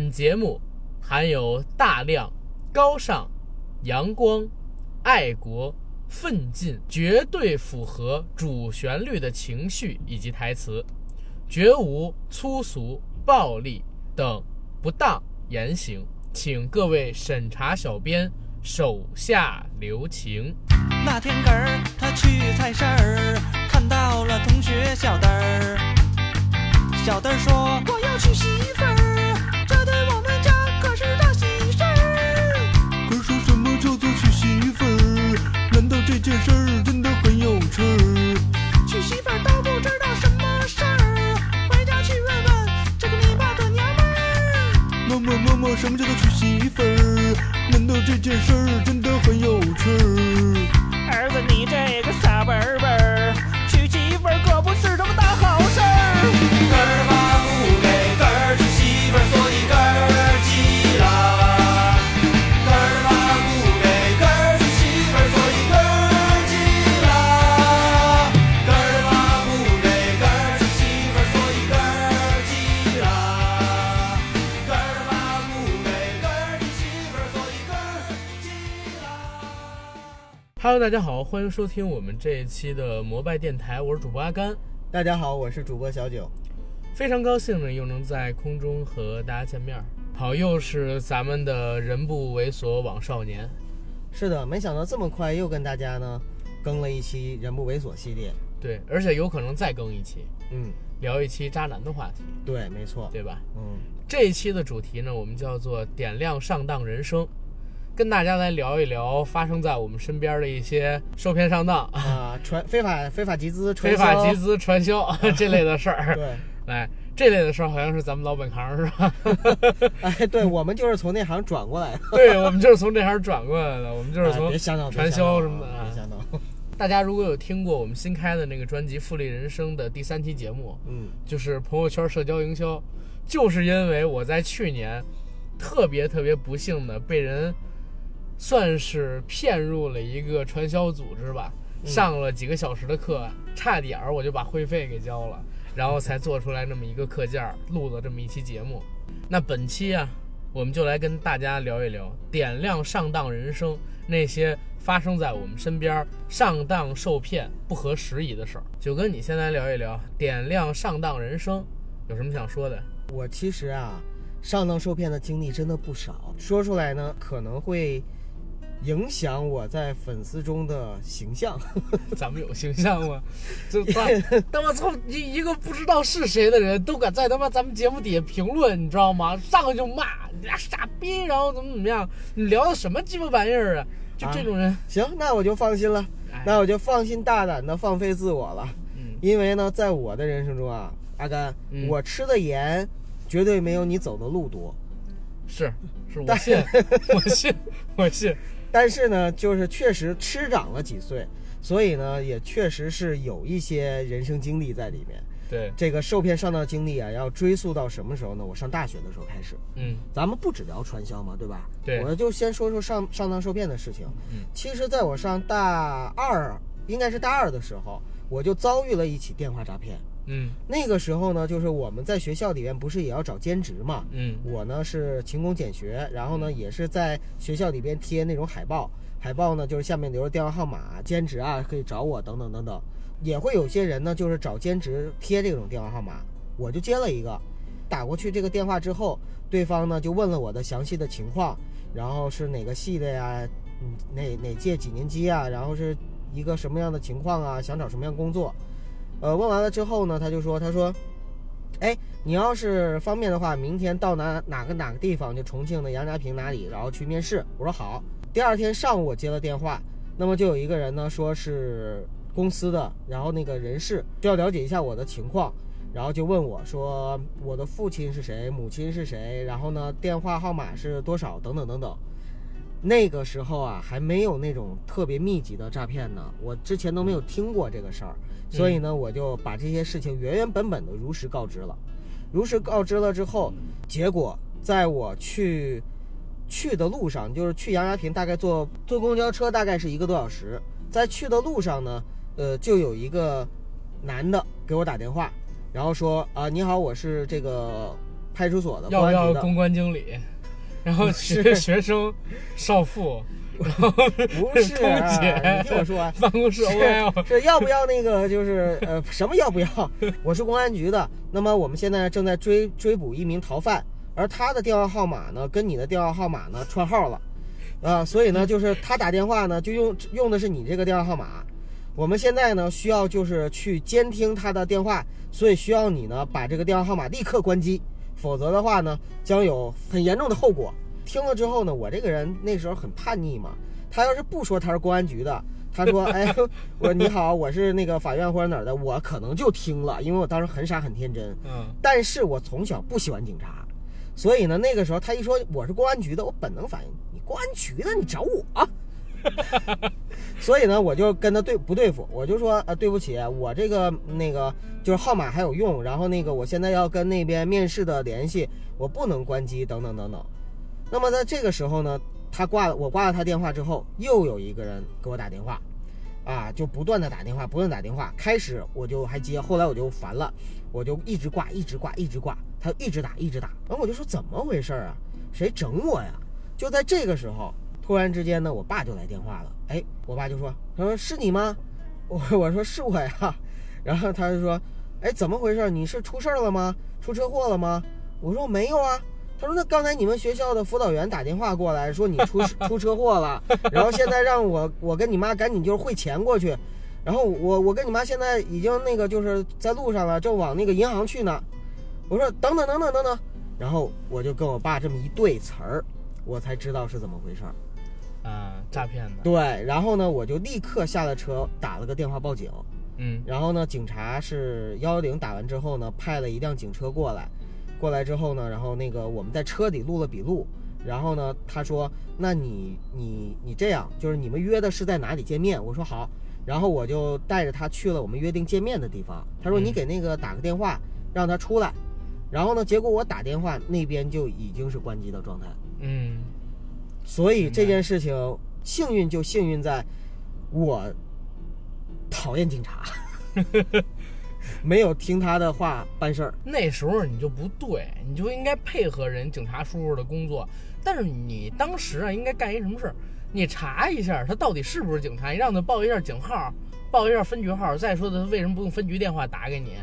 本节目含有大量高尚、阳光、爱国、奋进，绝对符合主旋律的情绪以及台词，绝无粗俗、暴力等不当言行，请各位审查小编手下留情。那天个儿他去菜市儿，看到了同学小灯儿。小灯儿说：“我要娶媳妇儿，这对我们家可是大喜事儿。”可是什么叫做娶媳妇儿？难道这件事儿真的很有趣儿？娶媳妇儿都不知道什么事儿，回家去问问这个你爸的娘们儿。妈妈妈妈，什么叫做娶媳妇儿？难道这件事儿真的很有趣儿？儿子，你这个傻笨儿笨儿，娶媳妇儿可不是什么大好事儿。根儿爸不给根儿娶媳妇儿，所以根儿急了。根儿爸不给根儿娶媳妇儿，所以根儿急了。根儿爸不给根儿娶媳妇儿，所以根儿急了。根儿爸不给根儿娶媳妇儿，所以根儿急了。 Hello，大家好，欢迎收听我们这一期的摩拜电台，我是主播阿甘，大家好，我是主播小九。非常高兴呢，又能在空中和大家见面儿。好，又是咱们的人不猥琐枉少年。是的，没想到这么快又跟大家呢更了一期《人不猥琐》系列。对，而且有可能再更一期，嗯，聊一期渣男的话题，对，没错。对吧？嗯，这一期的主题呢，我们叫做“点亮上当人生”，跟大家来聊一聊发生在我们身边的一些受骗上 当、啊，传非法非法集资，传非法销集，资、传销这类的事儿。对，来，这类的事儿好像是咱们老本行是 吧？哎，对，我们就是从那行转过来的，对，我们就是从这行转过来的，我们就是啊从别想到传销什么的啊别想到。大家如果有听过我们新开的那个专辑《复利人生》的第三期节目，嗯，就是朋友圈社交营销，就是因为我在去年特别特别不幸的被人算是骗入了一个传销组织吧，上了几个小时的课，差点儿我就把会费给交了，然后才做出来那么一个课件儿，录了这么一期节目。那本期啊，我们就来跟大家聊一聊点亮上当人生那些发生在我们身边儿上当受骗不合时宜的事儿。九哥，你先来聊一聊点亮上当人生，有什么想说的？我其实啊，上当受骗的经历真的不少，说出来呢可能会影响我在粉丝中的形象。咱们有形象吗？ 这他他妈操一一个不知道是谁的人都敢在他妈咱们节目底下评论，你知道吗？上来就骂你俩傻逼，然后怎么怎么样？你聊的什么鸡巴玩意儿啊？就这种人，行，那我就放心了，哎那我就放心大胆的放飞自我了。嗯因为呢，在我的人生中啊，阿甘，嗯我吃的盐绝对没有你走的路多。是是，我但信，我信，我信。但是呢，就是确实吃长了几岁，所以呢，也确实是有一些人生经历在里面。对，这个受骗上当经历啊，要追溯到什么时候呢？我上大学的时候开始。嗯咱们不只聊传销嘛，对吧？对我就先说说上上当受骗的事情。嗯，其实在我上大二，应该是大二的时候，我就遭遇了一起电话诈骗。嗯那个时候呢，就是我们在学校里面不是也要找兼职嘛？嗯我呢是勤工俭学，然后呢也是在学校里边贴那种海报，海报呢就是下面留着电话号码，兼职啊可以找我等等等等。也会有些人呢就是找兼职贴这种电话号码，我就接了一个，打过去这个电话之后，对方呢就问了我的详细的情况，然后是哪个系的呀，嗯哪哪届几年级啊，然后是一个什么样的情况啊，想找什么样工作，呃，问完了之后呢，他就说，他说，哎，你要是方便的话，明天到哪哪个哪个地方，就重庆的杨家坪哪里，然后去面试。我说好。第二天上午我接了电话，那么就有一个人呢，说是公司的，然后那个人事需要了解一下我的情况，然后就问我说我的父亲是谁，母亲是谁，然后呢电话号码是多少，等等等等。那个时候啊，还没有那种特别密集的诈骗呢，我之前都没有听过这个事儿，所以呢，我就把这些事情原原本本的如实告知了。如实告知了之后，结果在我去去的路上，就是去杨家坪，大概坐坐公交车大概是一个多小时，在去的路上呢，呃，就有一个男的给我打电话，然后说啊、你好，我是这个派出所的、公要不安要局的，公关经 理，然后学学生少妇，然后 不是、啊，空姐你听我说啊，办公室 OL， 是要不要那个就是呃什么要不要？ 我是公安局的，那么我们现在正在追追捕一名逃犯，而他的电话号码呢跟你的电话号码呢串号了，啊、所以呢就是他打电话呢就用用的是你这个电话号码，我们现在呢需要就是去监听他的电话，所以需要你呢把这个电话号码立刻关机，否则的话呢将有很严重的后果。听了之后呢，我这个人那时候很叛逆嘛，他要是不说他是公安局的，他说哎，我说你好，我是那个法院或者哪儿的，我可能就听了，因为我当时很傻很天真。嗯，但是我从小不喜欢警察，所以呢，那个时候他一说我是公安局的，我本能反应，你公安局的，你找我、啊所以呢，我就跟他对不对付，我就说呃，对不起，我这个那个就是号码还有用，然后那个我现在要跟那边面试的联系，我不能关机，等等等等。那么在这个时候呢，他挂了我挂了他电话之后，又有一个人给我打电话，啊，就不断的打电话，不断地打电话。开始我就还接，后来我就烦了，我就一直挂，一直挂，一直挂，他一直打，一直打。然后我就说怎么回事儿啊？谁整我呀？就在这个时候，突然之间呢，我爸就来电话了。哎，我爸就说，他说是你吗？我我说是我呀。然后他就说，哎，怎么回事儿？你是出事儿了吗？出车祸了吗？我说没有啊。他说：“那刚才你们学校的辅导员打电话过来说你出出车祸了，然后现在让我我跟你妈赶紧就是汇钱过去，然后我我跟你妈现在已经那个就是在路上了，正往那个银行去呢。”我说：“等等等等等等。”然后我就跟我爸这么一对词儿，我才知道是怎么回事儿。啊，诈骗的，对，然后呢，我就立刻下了车，打了个电话报警。嗯然后呢，警察是幺幺零打完之后呢，派了一辆警车过来，过来之后呢，然后那个我们在车里录了笔录，然后呢，他说，那你你你这样，就是你们约的是在哪里见面？我说好，然后我就带着他去了我们约定见面的地方。他说嗯你给那个打个电话，让他出来。然后呢，结果我打电话那边就已经是关机的状态。嗯，所以明白这件事情幸运就幸运在我讨厌 警察，没有听他的话办事儿。那时候你就不对，你就应该配合人警察叔叔的工作。但是你当时啊，应该干一什么事儿？你查一下他到底是不是警察，你让他报一下警号，报一下分局号。再说的，他为什么不用分局电话打给你？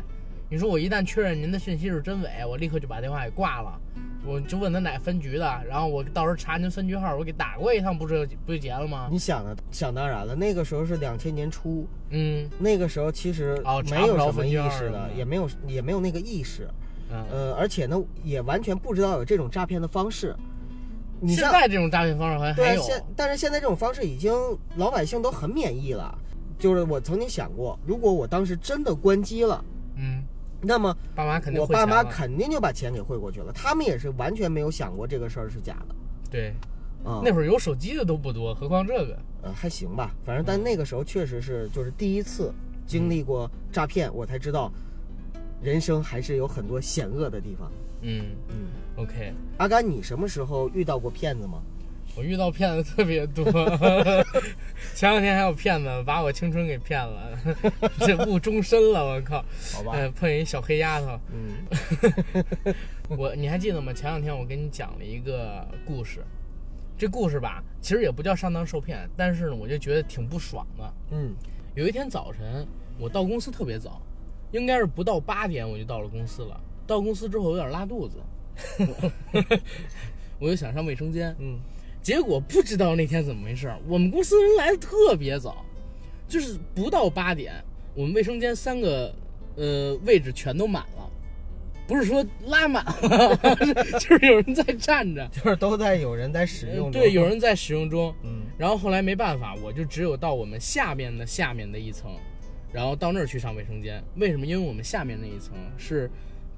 你说我一旦确认您的信息是真伪，我立刻就把电话给挂了。我就问他哪分局的，然后我到时候查您分局号，我给打过一趟，不是就不就结了吗？你想啊，想当然了，那个时候是两千年初，嗯那个时候其实哦查没不有着什么分意件儿识什么的，的也没有也没有那个意识，嗯。呃，而且呢，也完全不知道有这种诈骗的方式。你现像在这种诈骗方式好像还对，啊有，现但是现在这种方式已经老百姓都很免疫了。就是我曾经想过，如果我当时真的关机了，嗯，那么爸妈肯定我会爸钱妈了肯定就把钱给汇过去了，他们也是完全没有想过这个事儿是假的对，啊、那会儿有手机的都不多，何况这个。呃，还行吧，反正但那个时候确实是就是第一次经历过诈骗，我才知道人生还是有很多险恶的地方。嗯嗯， ，OK，阿甘，你什么时候遇到过骗子吗？我遇到骗子特别多， 前两天还有骗子把我青春给骗了， 这误终身了，我靠！好吧，呃，碰一小黑丫头，嗯 我你还记得吗？前两天我给你讲了一个故事，这故事吧，其实也不叫上当受骗，但是呢，我就觉得挺不爽的。嗯有一天早晨，我到公司特别早，应该是不到八点我就到了公司了。到公司之后有点拉肚子， 我就想上卫生间，嗯，结果不知道那天怎么回事儿，我们公司人来的特别早，就是不到八点，我们卫生间三个呃位置全都满了，不是说拉满了， 是就是有人在站着， 就是都在有呃人在使用、对，有人在使用中。嗯然后后来没办法，我就只有到我们下面的下面的一层，然后到那儿去上卫生间。为什么？因为我们下面那一层是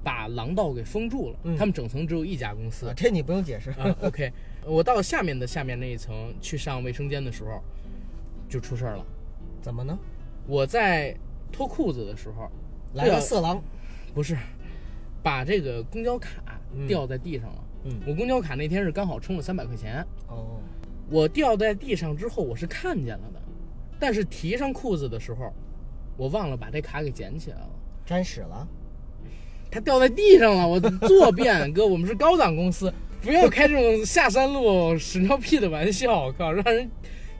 把廊道给封住了，嗯他们整层只有一家公司 啊，。这你不用解释。啊，OK，我到下面的下面那一层去上卫生间的时候，就出事儿了。怎么呢？我在脱裤子的时候，来个色狼，不是，把这个公交卡嗯掉在地上了。嗯我公交卡那天是刚好充了三百块钱，哦，我掉在地上之后，我是看见了的，但是提上裤子的时候，我忘了把这卡给捡起来了。沾屎了，它掉在地上了，我坐便。哥，我们是高档公司，不要开这种下三路屎尿屁的玩笑，我靠，让人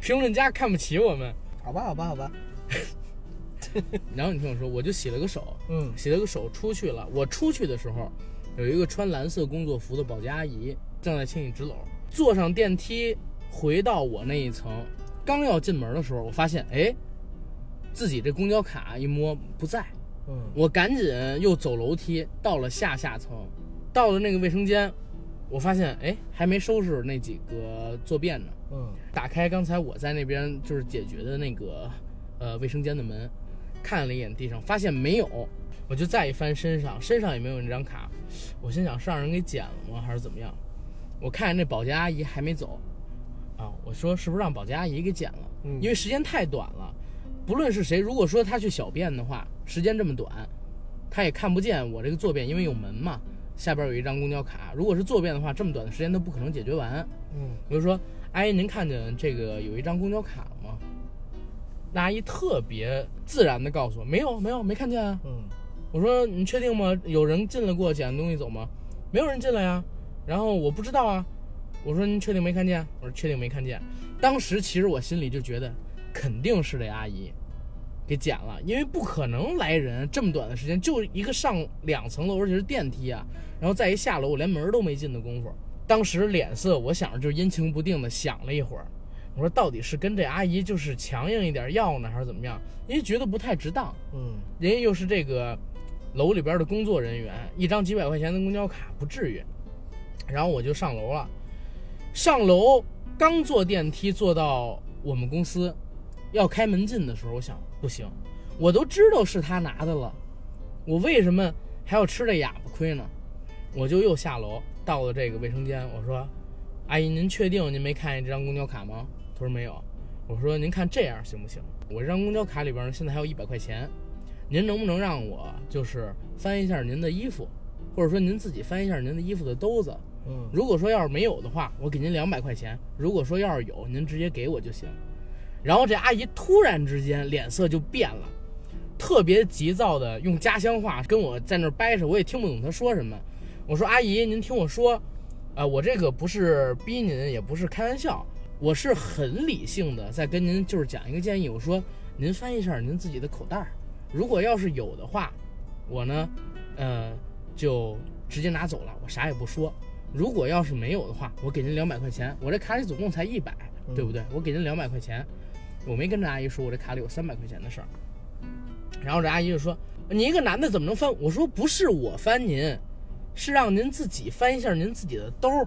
评论家看不起我们。好吧，好吧，好吧，然后你听我说，我就洗了个手，嗯洗了个手出去了。我出去的时候，有一个穿蓝色工作服的保洁阿姨正在清理纸篓。坐上电梯回到我那一层，刚要进门的时候，我发现哎，自己这公交卡一摸不在，嗯我赶紧又走楼梯到了下下层，到了那个卫生间，我发现哎还没收拾那几个坐便呢。嗯打开刚才我在那边就是解决的那个呃卫生间的门，看了一眼地上，发现没有，我就再一翻身上，身上也没有那张卡，我心想是让人给捡了吗，还是怎么样？我看那保洁阿姨还没走，啊，我说是不是让保洁阿姨给捡了？嗯因为时间太短了，不论是谁，如果说她去小便的话，时间这么短，她也看不见我这个坐便，因为有门嘛，下边有一张公交卡，如果是坐便的话，这么短的时间都不可能解决完。嗯我就说：“阿姨，您看见这个有一张公交卡了吗？”那阿姨特别自然的告诉我：“没有，没有，没看见啊。嗯”我说：“你确定吗？有人进来过捡东西走吗？”没有人进来呀、然后我不知道啊。我说：“您确定没看见？”我说：“确定没看见。”当时其实我心里就觉得，肯定是这阿姨给捡了，因为不可能来人这么短的时间，就一个上两层楼，而且是电梯啊，然后再一下楼，我连门都没进的功夫，当时脸色我想着就阴晴不定的想了一会儿，我说到底是跟这阿姨就是强硬一点要呢，还是怎么样？因为觉得不太值当，嗯人家又是这个楼里边的工作人员，一张几百块钱的公交卡不至于。然后我就上楼了，上楼刚坐电梯坐到我们公司，要开门进的时候，我想不行，我都知道是他拿的了，我为什么还要吃这哑巴亏呢？我就又下楼到了这个卫生间，我说：“阿姨，您确定您没看见这张公交卡吗？”她说：“没有。”我说：“您看这样行不行？我这张公交卡里边呢，现在还有一百块钱，您能不能让我就是翻一下您的衣服，或者说您自己翻一下您的衣服的兜子？嗯如果说要是没有的话，我给您两百块钱；如果说要是有，您直接给我就行。然后这阿姨突然之间脸色就变了，特别急躁的用家乡话跟我在那儿掰扯，我也听不懂她说什么。我说：“阿姨，您听我说，呃，我这个不是逼您，也不是开玩笑，我是很理性的在跟您就是讲一个建议。我说您翻一下您自己的口袋儿，如果要是有的话，我呢，呃，就直接拿走了，我啥也不说。如果要是没有的话，我给您两百块钱，我这卡里总共才一百，对不对？我给您两百块钱，我没跟这阿姨说我这卡里有三百块钱的事儿。然后这阿姨就说：“你一个男的怎么能翻？”我说：“不是我翻您，是让您自己翻一下您自己的兜儿，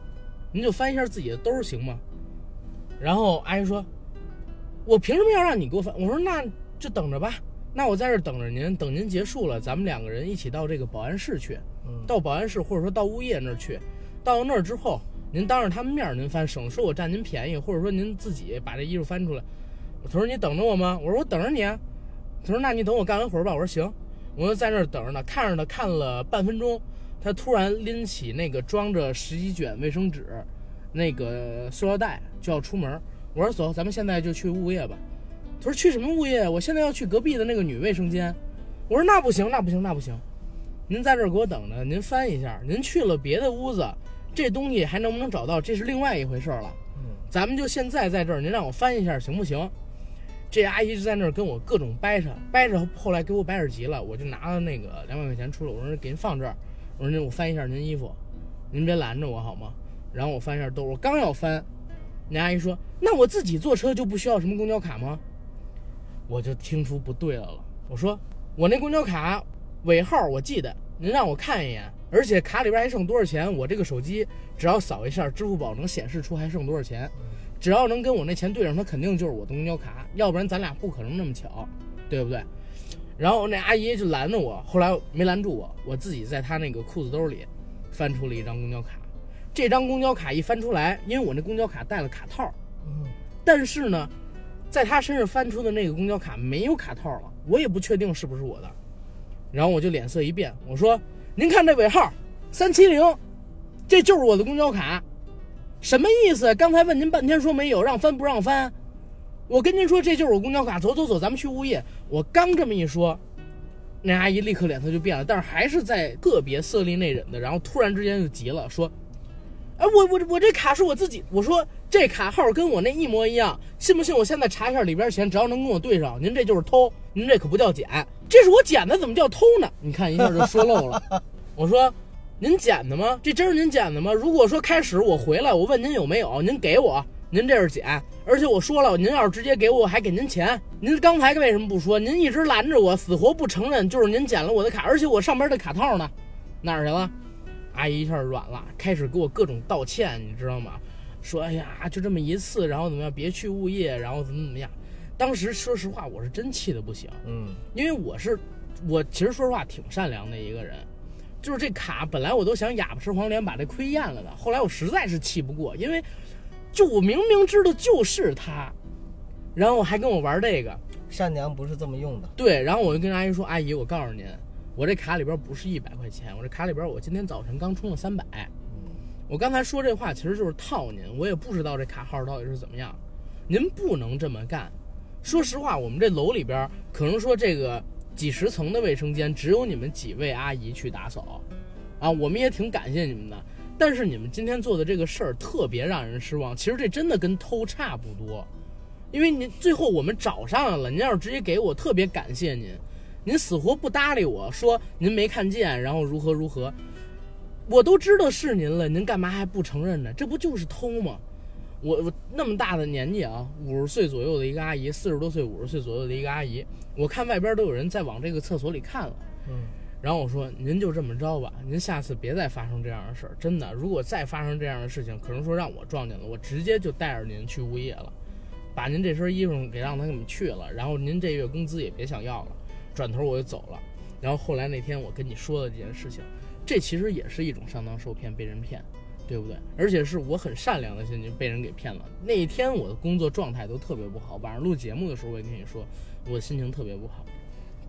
您就翻一下自己的兜儿行吗？”然后阿姨说：“我凭什么要让你给我翻？”我说：“那就等着吧，那我在这儿等着您，等您结束了，咱们两个人一起到这个保安室去。嗯到保安室或者说到物业那儿去。到那儿之后，您当着他们面儿您翻，省说我占您便宜，或者说您自己把这衣服翻出来。他说你等着我吗？我说我等着你啊。他说那你等我干完活儿吧。我说行。我就在那儿等着呢，看着他看了半分钟，他突然拎起那个装着十几卷卫生纸，那个塑料袋就要出门儿。我说走，咱们现在就去物业吧。他说去什么物业？我现在要去隔壁的那个女卫生间。我说那不行，那不行，那不行。您在这儿给我等着，您翻一下。您去了别的屋子，这东西还能不能找到，这是另外一回事儿了。嗯咱们就现在在这儿，您让我翻一下行不行？这阿姨就在那儿跟我各种掰扯，掰扯后来给我掰扯急了，我就拿了那个两百块钱出来，我说给您放这儿，我说您我翻一下您衣服，您别拦着我好吗？然后我翻一下兜，我刚要翻，那阿姨说那我自己坐车就不需要什么公交卡吗？我就听出不对来了，我说我那公交卡尾号我记得，您让我看一眼，而且卡里边还剩多少钱，我这个手机只要扫一下，支付宝能显示出还剩多少钱。只要能跟我那钱对上，他肯定就是我的公交卡，要不然咱俩不可能那么巧，对不对？然后那阿姨就拦着我，后来没拦住我，我自己在她那个裤子兜里翻出了一张公交卡。这张公交卡一翻出来，因为我那公交卡带了卡套，但是呢，在她身上翻出的那个公交卡没有卡套了，我也不确定是不是我的。然后我就脸色一变，我说：“您看这尾号三七零这就是我的公交卡，什么意思？刚才问您半天说没有，让翻不让翻？我跟您说这就是我公交卡，走走走，咱们去物业。我刚这么一说，那阿姨立刻脸色就变了，但是还是在个别色厉内荏的，然后突然之间就急了，说：“哎，我我我这卡是我自己。”我说：“这卡号跟我那一模一样，信不信我现在查一下里边钱，只要能跟我对上，您这就是偷，您这可不叫捡，这是我捡的，怎么叫偷呢？”你看一下就说漏了。我说：“您捡的吗？这真是您捡的吗？如果说开始我回来，我问您有没有，您给我，您这是捡。而且我说了，您要是直接给我，我还给您钱。您刚才为什么不说？您一直拦着我，死活不承认，就是您捡了我的卡，而且我上边的卡套呢，哪儿去了？阿姨一下软了，开始给我各种道歉，你知道吗？说哎呀，就这么一次，然后怎么样，别去物业，然后怎么怎么样。当时说实话，我是真气的不行，嗯因为我是我其实说实话挺善良的一个人，就是这卡本来我都想哑巴吃黄连把这亏咽了的，后来我实在是气不过，因为就我明明知道就是他，然后还跟我玩这个，善良不是这么用的。对，然后我就跟阿姨说：“阿姨，我告诉您，我这卡里边不是一百块钱，我这卡里边我今天早晨刚充了三百。我刚才说这话其实就是套您，我也不知道这卡号到底是怎么样，您不能这么干。说实话，我们这楼里边可能说这个几十层的卫生间，只有你们几位阿姨去打扫，啊，我们也挺感谢你们的。”但是你们今天做的这个事儿特别让人失望，其实这真的跟偷差不多。因为您最后我们找上来了，您要是直接给我，特别感谢您，您死活不搭理我说您没看见，然后如何如何，我都知道是您了，您干嘛还不承认呢？这不就是偷吗？我我那么大的年纪啊，五十岁左右的一个阿姨，四十多岁、五十岁左右的一个阿姨，我看外边都有人在往这个厕所里看了。嗯，然后我说：“您就这么着吧，您下次别再发生这样的事儿。真的，如果再发生这样的事情，可能说让我撞见了，我直接就带着您去物业了，把您这身衣服给让他给你们去了，然后您这月工资也别想要了。”转头我就走了。然后后来那天我跟你说的这件事情，这其实也是一种上当受骗，被人骗，对不对？而且是我很善良的心情被人给骗了。那一天我的工作状态都特别不好，晚上录节目的时候我也跟你说，我心情特别不好，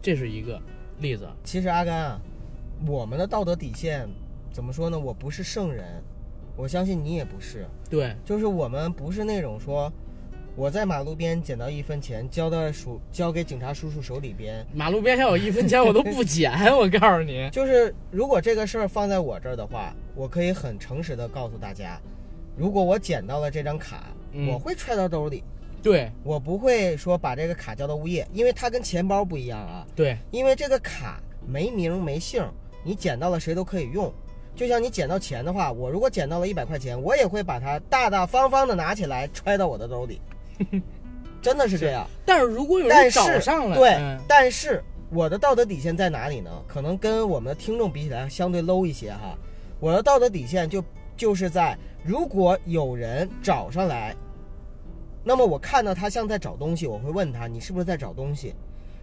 这是一个例子。其实阿甘啊，我们的道德底线怎么说呢？我不是圣人，我相信你也不是。对，就是我们不是那种说我在马路边捡到一分钱，交到叔交给警察叔叔手里边。马路边上有一分钱我都 不捡，我告诉你，就是如果这个事儿放在我这儿的话，我可以很诚实的告诉大家，如果我捡到了这张卡，嗯我会揣到兜里，对我不会说把这个卡交到物业，因为它跟钱包不一样啊。对，因为这个卡没名没姓儿，你捡到了谁都可以用。就像你捡到钱的话，我如果捡到了一百块钱，我也会把它大大方方的拿起来揣到我的兜里，真的是这样。但是如果有但人是找上来，对，嗯但是我的道德底线在哪里呢？可能跟我们的听众比起来相对 low 一些哈。我的道德底线就就是在，如果有人找上来，那么我看到他像在找东西，我会问他你是不是在找东西。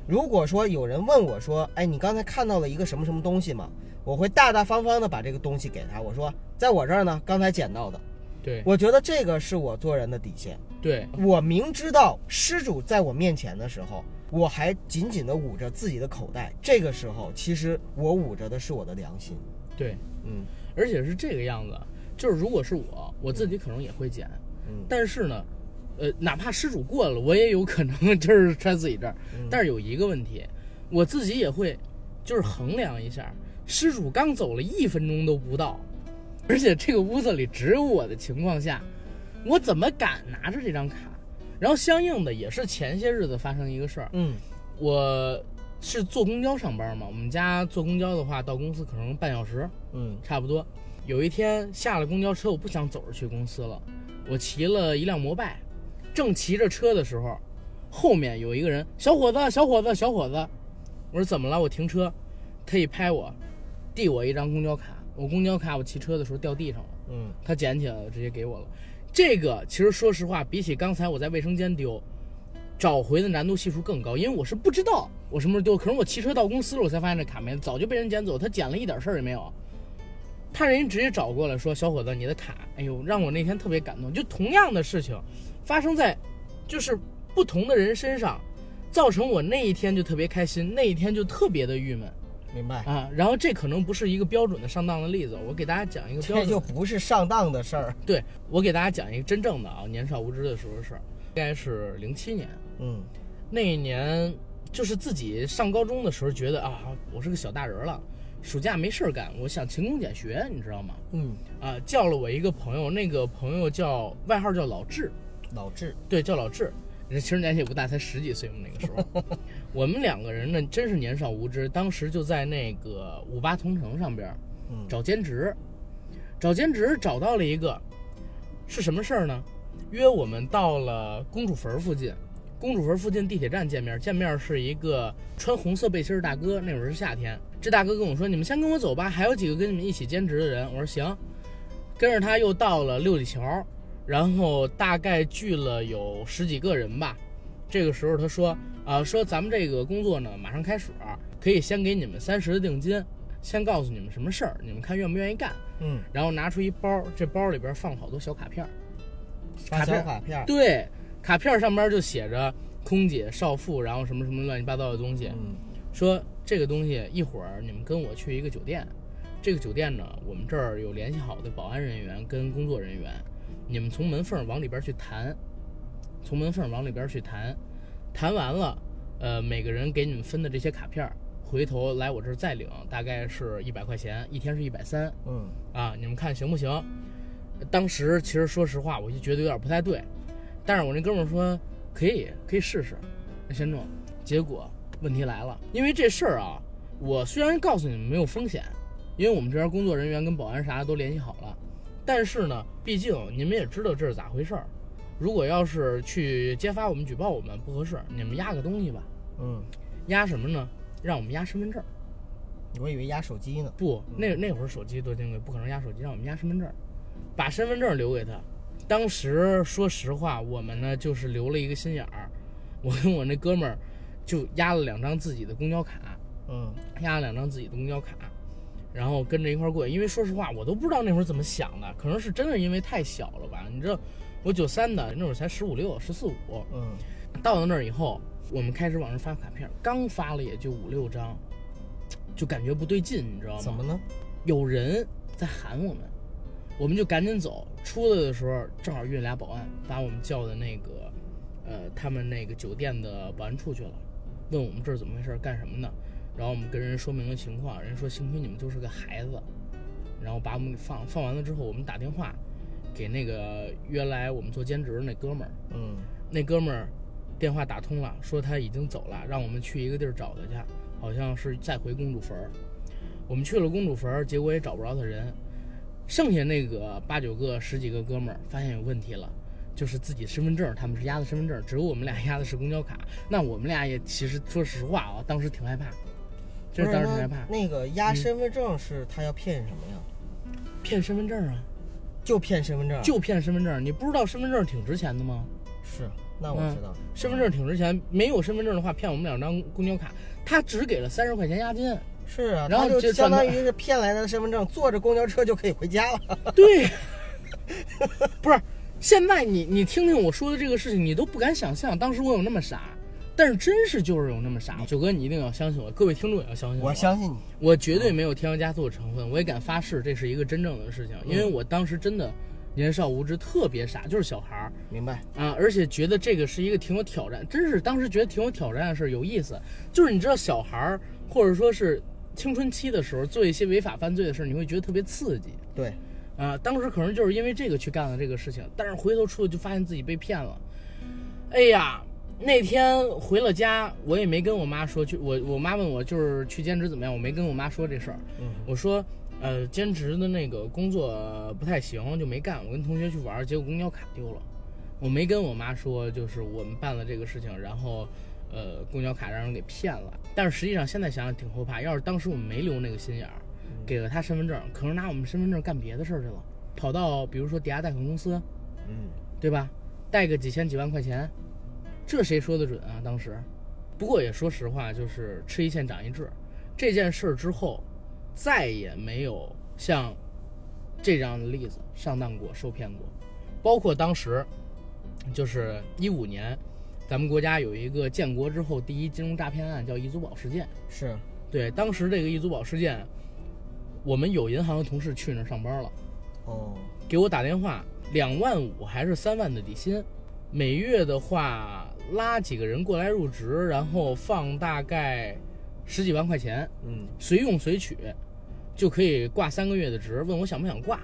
如果说有人问我说，哎，你刚才看到了一个什么什么东西吗？我会大大方方的把这个东西给他，我说在我这儿呢，刚才捡到的。对我觉得这个是我做人的底线。对我明知道失主在我面前的时候，我还紧紧地捂着自己的口袋。这个时候，其实我捂着的是我的良心。对，嗯而且是这个样子，就是如果是我，我自己可能也会捡，嗯，但是呢，呃，哪怕失主过了，我也有可能 就是揣自己这儿，但是有一个问题，我自己也会就是衡量一下，失主刚走了一分钟都不到，而且这个屋子里只有我的情况下，我怎么敢拿着这张卡？然后相应的也是前些日子发生一个事儿，嗯我是坐公交上班嘛，我们家坐公交的话到公司可能半小时，嗯差不多。有一天下了公交车，我不想走着去公司了，我骑了一辆摩拜，正骑着车的时候，后面有一个人，小伙子，小伙子，小伙子，我说怎么了？我停车，他一拍我，递我一张公交卡，我公交卡我骑车的时候掉地上了，嗯他捡起来了，直接给我了。这个其实说实话，比起刚才我在卫生间丢，找回的难度系数更高，因为我是不知道我什么时候丢，可是我骑车到公司了，我才发现这卡没了，早就被人捡走，他捡了一点事儿也没有。怕人直接找过来说：“小伙子，你的卡，哎呦，让我那天特别感动。”就同样的事情，发生在就是不同的人身上，造成我那一天就特别开心，那一天就特别的郁闷明白。啊。然后这可能不是一个标准的上当的例子，我给大家讲一个标这准，就不是上当的事儿。对我给大家讲一个真正的啊，年少无知的时候的事儿，应该是零七年嗯那一年，就是自己上高中的时候觉得啊，我是个小大人儿了，暑假没事儿干，我想勤工俭学，你知道吗？嗯，啊，叫了我一个朋友，那个朋友叫外号叫老智，老智，对，叫老智。人其实年纪也不大，才十几岁嘛，那个时候，我们两个人呢，真是年少无知。当时就在那个五八同城上边儿嗯，找兼职，找兼职找到了一个，是什么事儿呢？约我们到了公主坟附近，公主坟附近地铁站见面。见面是一个穿红色背心儿的大哥，那会儿是夏天。这大哥跟我说：“你们先跟我走吧，还有几个跟你们一起兼职的人。”我说：“行。”跟着他又到了六里桥，然后大概聚了有十几个人吧。这个时候他说：“啊、说咱们这个工作呢马上开始，可以先给你们三十的定金，先告诉你们什么事儿，你们看愿不愿意干。”嗯，然后拿出一包，这包里边放了好多小卡片儿。发卡小片卡片儿，对，卡片上面就写着空姐、少妇，然后什么什么乱七八糟的东西。嗯说这个东西一会儿你们跟我去一个酒店，这个酒店呢，我们这儿有联系好的保安人员跟工作人员，你们从门缝儿往里边去谈，从门缝儿往里边去谈，谈完了，呃，每个人给你们分的这些卡片儿，回头来我这儿再领，大概是一百块钱，一天是一百三。嗯，啊，你们看行不行？当时其实说实话，我就觉得有点不太对，但是我那哥们儿说可以，可以试试，那先弄。结果问题来了，因为这事儿啊，我虽然告诉你们没有风险，因为我们这边工作人员跟保安啥的都联系好了，但是呢，毕竟你们也知道这是咋回事儿。如果要是去揭发我们举报我们不合适，你们压个东西吧，嗯，压什么呢？让我们压身份证儿。我以为压手机呢，不，那那会儿手机多珍贵，不可能压手机，让我们压身份证儿，把身份证儿留给他。当时说实话，我们呢就是留了一个心眼儿，我跟我那哥们儿就压了两张自己的公交卡，嗯压了两张自己的公交卡，然后跟着一块儿过。因为说实话，我都不知道那会儿怎么想的，可能是真的因为太小了吧。你知道，我九三的那会儿才十五六、十四五，嗯到了那儿以后，我们开始往上发卡片儿，刚发了也就五六张，就感觉不对劲，你知道吗？怎么呢？有人在喊我们，我们就赶紧走。出来的时候正好遇见俩保安，把我们叫到那个，呃，他们那个酒店的保安处去了，问我们这是怎么回事，干什么呢？然后我们跟人说明了情况，人说幸亏你们就是个孩子，然后把我们给放放完了之后，我们打电话给那个原来我们做兼职的那哥们儿，嗯，那哥们儿电话打通了，说他已经走了，让我们去一个地儿找他去，好像是再回公主坟儿。我们去了公主坟儿，结果也找不着他人。剩下那个八九个、十几个哥们儿发现有问题了，就是自己身份证儿，他们是压的身份证儿，只有我们俩压的是公交卡。那我们俩也其实说实话啊，当时挺害怕，真是不当是时挺害怕那，那个压嗯身份证是他要骗什么呀？骗身份证儿啊，就骗身份证，就骗身份证儿。你不知道身份证儿挺值钱的吗？是，那我嗯知道，身份证儿挺值钱，没有身份证儿的话，骗我们两张公交卡，他只给了三十块钱押金。是啊，然后他就就相转当到于是骗来的身份证，坐着公交车就可以回家了。对，不是，现在你你听听我说的这个事情，你都不敢想象当时我有那么傻，但是真是就是有那么傻。九哥，你一定要相信我，各位听众也要相信我相信你， 我绝对没有添油加醋的成分，我也敢发誓这是一个真正的事情，因为嗯我当时真的年少无知，特别傻，就是小孩儿明白？啊，而且觉得这个是一个挺有挑战，真是当时觉得挺有挑战的事儿，有意思。就是你知道小孩儿或者说是青春期的时候做一些违法犯罪的事儿，你会觉得特别刺激。对，啊，当时可能就是因为这个去干了这个事情，但是回头出去就发现自己被骗了。哎呀，那天回了家，我也没跟我妈说去，我我妈问我就是去兼职怎么样，我没跟我妈说这事儿。嗯我说，呃，兼职的那个工作不太行，就没干。我跟同学去玩儿，结果公交卡丢了，我没跟我妈说，就是我们办了这个事情，然后。呃，公交卡让人给骗了，但是实际上现在想想挺后怕。要是当时我们没留那个心眼儿，给了他身份证，可能拿我们身份证干别的事儿去了，跑到比如说抵押贷款公司，嗯，对吧？贷个几千几万块钱，这谁说得准啊？当时，不过也说实话，就是吃一堑长一智。这件事儿之后，再也没有像这样的例子上当过、受骗过。包括当时，就是一五年，咱们国家有一个建国之后第一金融诈骗案，叫易租宝事件。是，对，当时这个易租宝事件，我们有银行的同事去那儿上班了，哦，给我打电话，两万五还是三万的底薪，每月的话拉几个人过来入职，然后放大概十几万块钱，嗯随用随取，就可以挂三个月的职。问我想不想挂，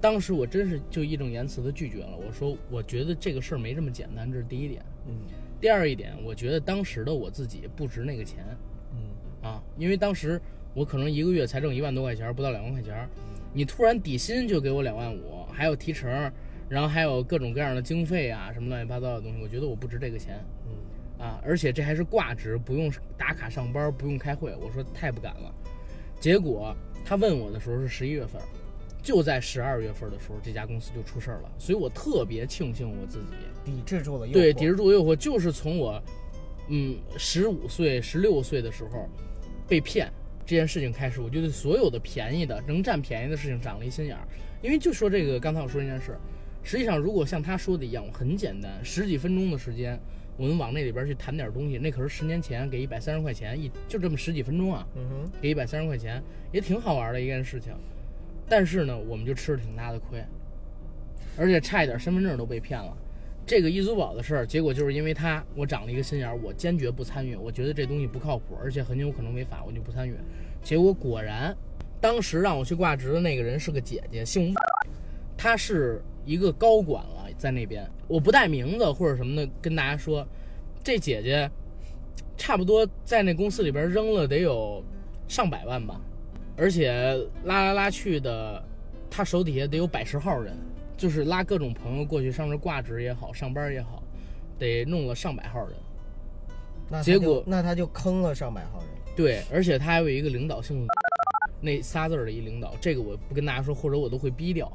当时我真是就义正言辞的拒绝了。我说我觉得这个事儿没这么简单，这是第一点。嗯第二一点，我觉得当时的我自己不值那个钱嗯啊，因为当时我可能一个月才挣一万多块钱，不到两万块钱，你突然底薪就给我两万五，还有提成，然后还有各种各样的经费啊，什么乱七八糟的东西，我觉得我不值这个钱嗯啊，而且这还是挂职，不用打卡上班，不用开会，我说太不敢了。结果他问我的时候是十一月份，就在十二月份的时候，这家公司就出事儿了，所以我特别庆幸我自己。抵制住了诱惑，对，抵制住诱惑就是从我，嗯，十五岁、十六岁的时候被骗这件事情开始，我就对所有的便宜的、能占便宜的事情长了一心眼儿。因为就说这个，刚才我说那件事，实际上如果像他说的一样，我很简单，十几分钟的时间，我们往那里边去谈点东西，那可是十年前给一百三十块钱一，就这么十几分钟啊，嗯哼给一百三十块钱也挺好玩的一件事情。但是呢，我们就吃了挺大的亏，而且差一点身份证都被骗了。这个易租宝的事儿，结果就是因为他，我长了一个心眼儿，我坚决不参与。我觉得这东西不靠谱，而且很有可能违法，我就不参与。结果果然，当时让我去挂职的那个人是个姐姐，姓吴，她是一个高管了，在那边。我不带名字或者什么的跟大家说，这姐姐差不多在那公司里边扔了得有上百万吧，而且拉来拉去的，他手底下得有百十号人，就是拉各种朋友过去上这挂职也好，上班也好，得弄了上百号人。那他结就果那他就坑了上百号人，对，而且他还有一个领导姓那仨字儿的一领导，这个我不跟大家说，或者我都会逼掉。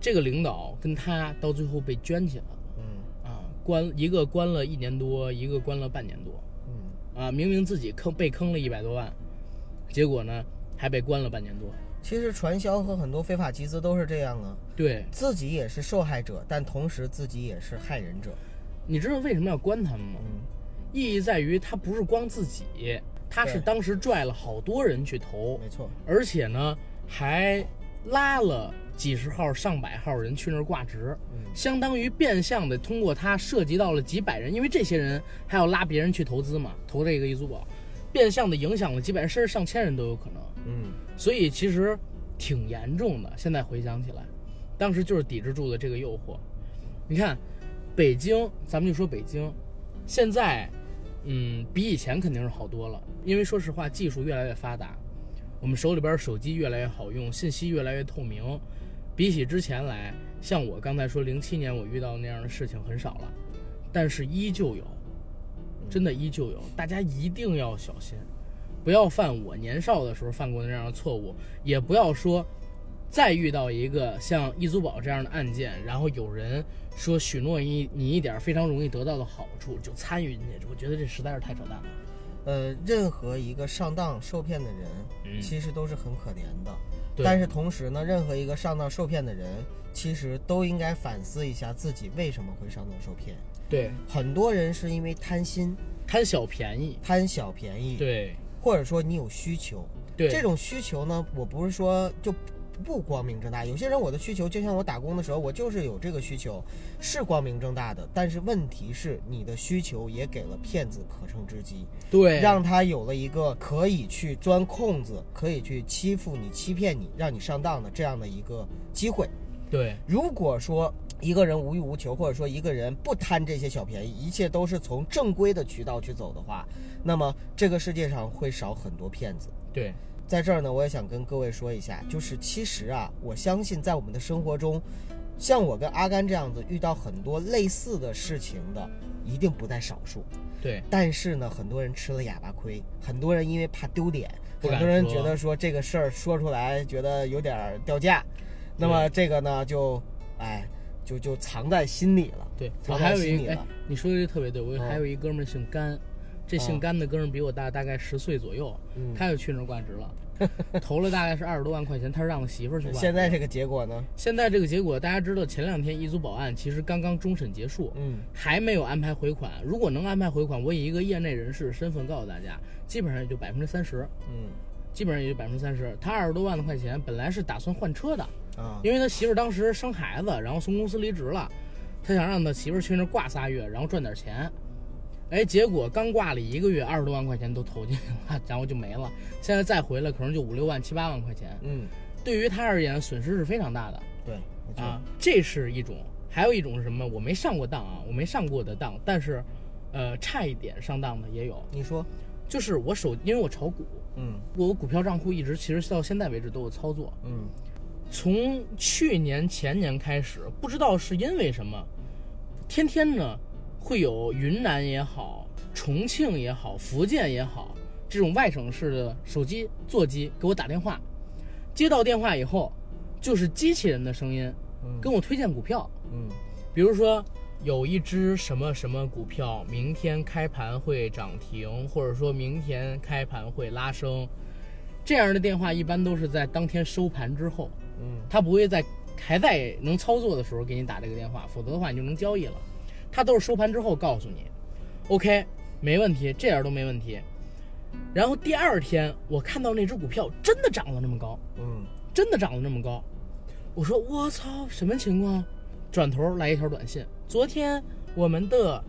这个领导跟他到最后被圈起来了嗯啊，关一个关了一年多，一个关了半年多。嗯啊，明明自己坑被坑了一百多万，结果呢还被关了半年多。其实传销和很多非法集资都是这样啊，对，自己也是受害者，但同时自己也是害人者。你知道为什么要关他们吗？嗯意义在于他不是光自己，他是对当时拽了好多人去投，没错，而且呢还拉了几十号、上百号人去那儿挂职，嗯相当于变相的通过他涉及到了几百人，因为这些人还要拉别人去投资嘛，投这个易租宝，变相的影响了几百人，甚至上千人都有可能。嗯，所以其实挺严重的。现在回想起来，当时就是抵制住了这个诱惑。你看，北京，咱们就说北京，现在，嗯，比以前肯定是好多了，因为说实话，技术越来越发达，我们手里边手机越来越好用，信息越来越透明。比起之前来，像我刚才说，零七年我遇到那样的事情很少了，但是依旧有，真的依旧有，大家一定要小心。不要犯我年少的时候犯过那样的错误，也不要说再遇到一个像易租宝这样的案件，然后有人说许诺你你一点非常容易得到的好处就参与进去，我觉得这实在是太扯淡了。呃，任何一个上当受骗的人，嗯其实都是很可怜的。对但是同时呢，任何一个上当受骗的人，其实都应该反思一下自己为什么会上当受骗。对，很多人是因为贪心、贪小便宜，贪小便宜，对或者说你有需求。对，这种需求呢，我不是说就不光明正大。有些人我的需求，就像我打工的时候，我就是有这个需求，是光明正大的。但是问题是，你的需求也给了骗子可乘之机，对让他有了一个可以去钻空子、可以去欺负你、欺骗你、让你上当的这样的一个机会。对如果说一个人无欲无求，或者说一个人不贪这些小便宜，一切都是从正规的渠道去走的话，那么这个世界上会少很多骗子。对在这儿呢，我也想跟各位说一下，就是其实啊，我相信在我们的生活中，像我跟阿甘这样子遇到很多类似的事情的，一定不在少数。对但是呢，很多人吃了哑巴亏，很多人因为怕丢脸，不很敢多人说觉得说这个事儿说出来觉得有点儿掉价，那么这个呢就，哎，就就藏在心里了。对，我藏还在有心一里个，哎了。，你说的这特别对，我嗯还有一哥们儿姓甘，这姓嗯甘的哥们儿比我大大概十岁左右，嗯他就去那儿挂职了，投了大概是二十多万块钱，他是让他媳妇儿去挂职。现在这个结果呢，现在这个结果，大家知道，前两天易租宝案其实刚刚终审结束，嗯，还没有安排回款。如果能安排回款，我以一个业内人士的身份告诉大家，基本上也就百分之三十，嗯，基本上也就百分之三十。他二十多万的块钱本来是打算换车的，啊，因为他媳妇儿当时生孩子，然后从公司离职了。他想让他媳妇儿去那儿挂仨月，然后赚点钱。哎，结果刚挂了一个月，二十多万块钱都投进去了，然后就没了。现在再回来，可能就五六万、七八万块钱。嗯，对于他而言，损失是非常大的。对，没错，啊，这是一种，还有一种是什么？我没上过当啊，我没上过的当，但是，呃，差一点上当的也有，你说，就是我手，因为我炒股，嗯我股票账户一直其实到现在为止都有操作，嗯从去年前年开始，不知道是因为什么，天天呢会有云南也好、重庆也好、福建也好这种外省市的手机座机给我打电话，接到电话以后，就是机器人的声音嗯跟我推荐股票，嗯比如说有一只什么什么股票明天开盘会涨停，或者说明天开盘会拉升，这样的电话一般都是在当天收盘之后，嗯它不会在还在能操作的时候给你打这个电话，否则的话你就能交易了。它都是收盘之后告诉你，OK，没问题，这样都没问题。然后第二天我看到那只股票真的涨了那么高，嗯真的涨得那么高。我说我操，什么情况？转头来一条短信，昨天我们的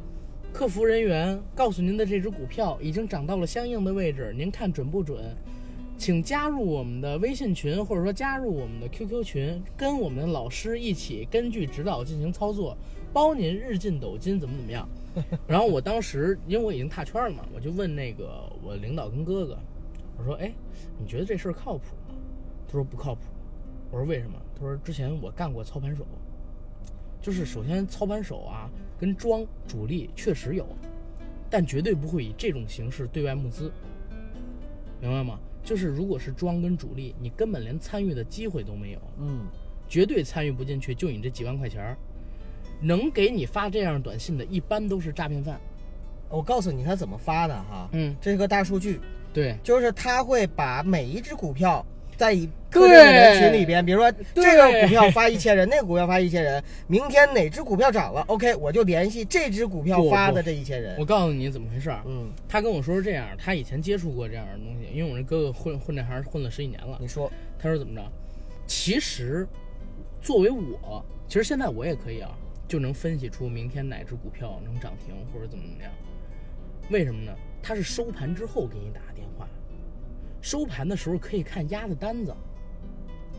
客服人员告诉您的这只股票已经涨到了相应的位置，您看准不准？请加入我们的微信群，或者说加入我们的 QQ 群，跟我们的老师一起根据指导进行操作，包您日进斗金，怎么怎么样。然后我当时因为我已经踏圈了嘛，我就问那个我领导跟哥哥，我说：“哎，你觉得这事儿靠谱吗？”他说不靠谱。我说为什么？他说之前我干过操盘手，就是首先操盘手啊跟庄主力确实有，但绝对不会以这种形式对外募资，明白吗？就是如果是庄跟主力，你根本连参与的机会都没有，嗯绝对参与不进去。就你这几万块钱儿，能给你发这样短信的，一般都是诈骗犯。哦我告诉你他怎么发的哈，嗯，这是个大数据，对，就是他会把每一只股票在一特定的人群里边，比如说对这个股票发一千人，那个股票发一千人，明天哪只股票涨了，OK，我就联系这只股票不发不的这一千人我。告诉你怎么回事儿。嗯，他跟我说是这样，他以前接触过这样的东西，因为我这哥哥混混这行混了十几年了。你说，他说怎么着？其实，作为我，其实现在我也可以啊，就能分析出明天哪只股票能涨停或者怎么怎么样。为什么呢？他是收盘之后给你打电话，收盘的时候可以看压的单子，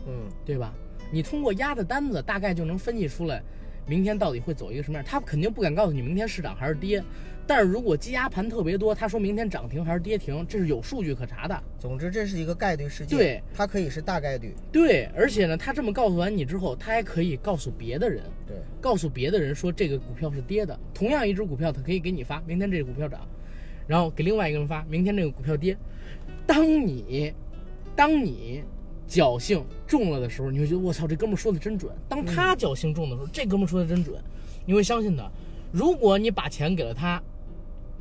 嗯对吧？你通过压的单子，大概就能分析出来，明天到底会走一个什么样。他肯定不敢告诉你明天市涨还是跌，但是如果积压盘特别多，他说明天涨停还是跌停，这是有数据可查的。总之这是一个概率事件，对，它可以是大概率，对，而且呢，他这么告诉完你之后，他还可以告诉别的人，对，告诉别的人说这个股票是跌的。同样一只股票，他可以给你发，明天这个股票涨，然后给另外一个人发，明天这个股票跌。当你，当你侥幸中了的时候，你会觉得我操，这哥们儿说的真准。当他侥幸中的时候，这哥们儿说的真准，你会相信他。如果你把钱给了他，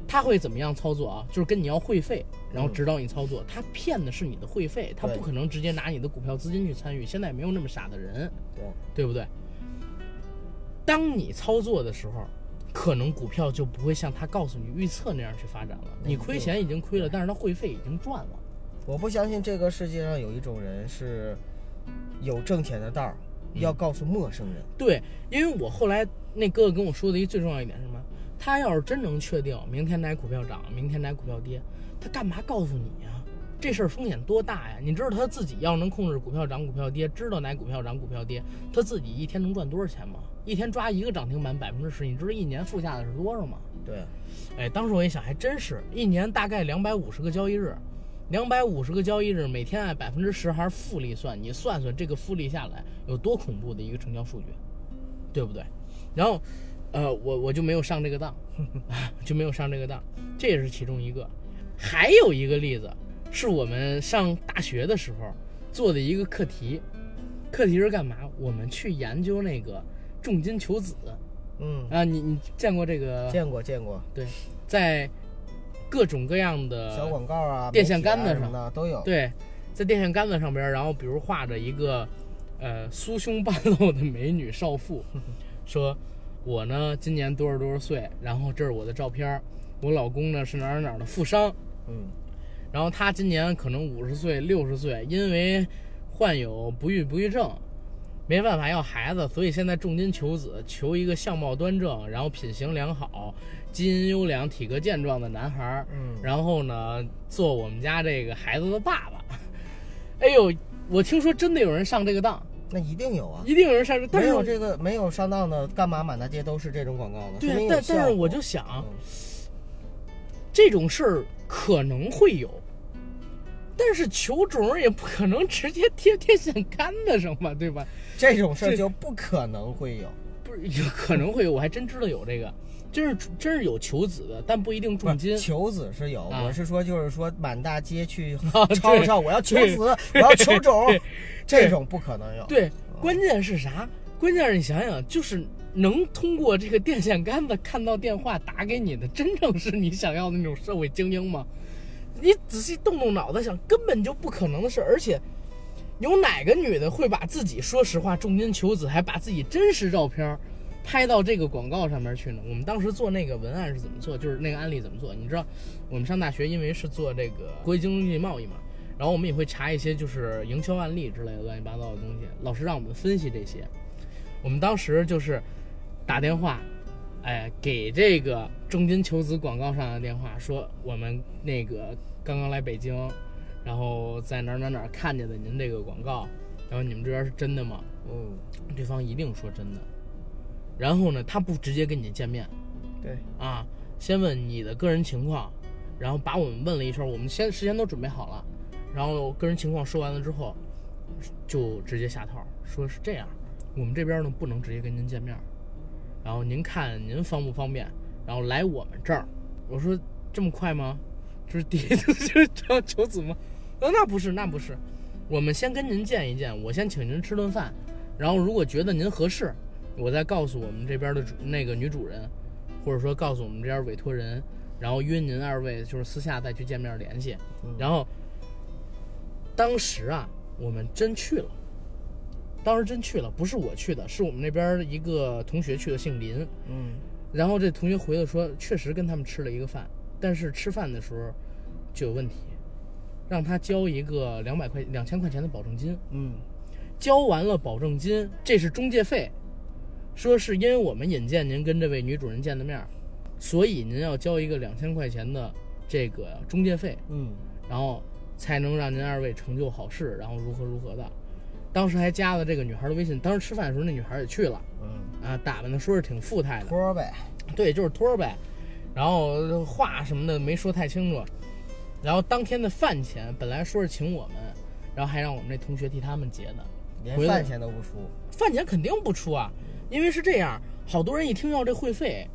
他会怎么样操作啊？就是跟你要会费，然后指导你操作。他骗的是你的会费，他对不可能直接拿你的股票资金去参与。现在没有那么傻的人，对，对不对？当你操作的时候，可能股票就不会像他告诉你预测那样去发展了。没你亏错钱已经亏了，但是他会费已经赚了。我不相信这个世界上有一种人是有挣钱的道儿，嗯要告诉陌生人。对，因为我后来那哥哥跟我说的一最重要一点是什么？他要是真能确定明天哪股票涨，明天哪股票跌，他干嘛告诉你呀、这事儿风险多大呀？你知道他自己要能控制股票涨、股票跌，知道哪股票涨、股票跌，他自己一天能赚多少钱吗？一天抓一个涨停板百分之十，你知道一年负下的是多少吗？对，哎，当时我一想，还真是一年大概两百五十个交易日，两百五十个交易日，每天按百分之十还是复利算，你算算这个复利下来有多恐怖的一个成交数据，对不对？然后，呃，我我就没有上这个当， 就没有上这个当，这也是其中一个。还有一个例子是我们上大学的时候做的一个课题，课题是干嘛？我们去研究那个重金求子嗯，啊，你你见过这个？见过见过，对，在各种各样的小广告啊、呃电线杆子媒体啊上什么的都有。对，在电线杆子上边儿，然后比如画着一个呃酥胸半露的美女少 妇，说我呢今年多少多少岁，然后这是我的照片儿，我老公呢是哪儿哪儿的富商，嗯，然后他今年可能五十岁、六十岁，因为患有不育不育症，没办法要孩子，所以现在重金求子，求一个相貌端正，然后品行良好、基因优良、体格健壮的男孩儿，嗯然后呢，做我们家这个孩子的爸爸。哎呦，我听说真的有人上这个当，那一定有啊。一定有人上这，但没是有我这个没有上当的，干嘛满大街都是这种广告呢？对说啊明，有但但效是我果就想嗯，这种事儿可能会有，但是球种儿也不可能直接贴电线杆子上吧，对吧？这种事儿这就不可能会有。不是，有可能会有，我还真知道有这个，真是真是有求子的，但不一定重金。求子是有，啊我是说就是说满大 街去对吵吵，我要求对子，我要求种对，这种不可能有。对，关键是啥？关键是你想想，就是能通过这个电线杆子看到电话打给你的，真正是你想要的那种社会精英吗？你仔细动动脑子想，根本就不可能的事儿。而且，有哪个女的会把自己说实话重金求子，还把自己真实照片儿拍到这个广告上面去呢？我们当时做那个文案是怎么做？就是那个案例怎么做？你知道，我们上大学因为是做这个国际经济贸易嘛，然后我们也会查一些就是营销案例之类的乱七八糟的东西。老师让我们分析这些，我们当时就是打电话，哎，给这个重金求子广告上的电话，说我们那个刚刚来北京，然后在哪儿哪儿哪儿看见的您这个广告，然后你们这边是真的吗？嗯嗯，对方一定说真的。然后呢，他不直接跟你见面，对，啊，先问你的个人情况，然后把我们问了一圈，我们先事先都准备好了，然后个人情况说完了之后，就直接下套，说是这样，我们这边呢不能直接跟您见面，然后您看您方不方便，然后来我们这儿。我说这么快吗？这是第一次就是找求子吗？哦那那不是，那不是，我们先跟您见一见，我先请您吃顿饭，然后如果觉得您合适，我再告诉我们这边的主那个女主人，或者说告诉我们这边委托人，然后约您二位就是私下再去见面联系。然后当时啊，我们真去了，当时真去了，不是我去的，是我们那边一个同学去的，姓林。嗯，然后这同学回来说，确实跟他们吃了一个饭，但是吃饭的时候就有问题，让他交一个两百块两千块钱的保证金。嗯，交完了保证金，这是中介费，说是因为我们引荐您跟这位女主人见的面儿，所以您要交一个两千块钱的这个中介费，嗯，然后才能让您二位成就好事，然后如何如何的。当时还加了这个女孩的微信，当时吃饭的时候那女孩也去了嗯，啊，打扮的说是挺富态的，托儿呗，对，就是托儿呗。然后话什么的没说太清楚。然后当天的饭钱本来说是请我们，然后还让我们那同学替他们结的，连回来饭钱都不出。饭钱肯定不出啊，因为是这样，好多人一听要这会费，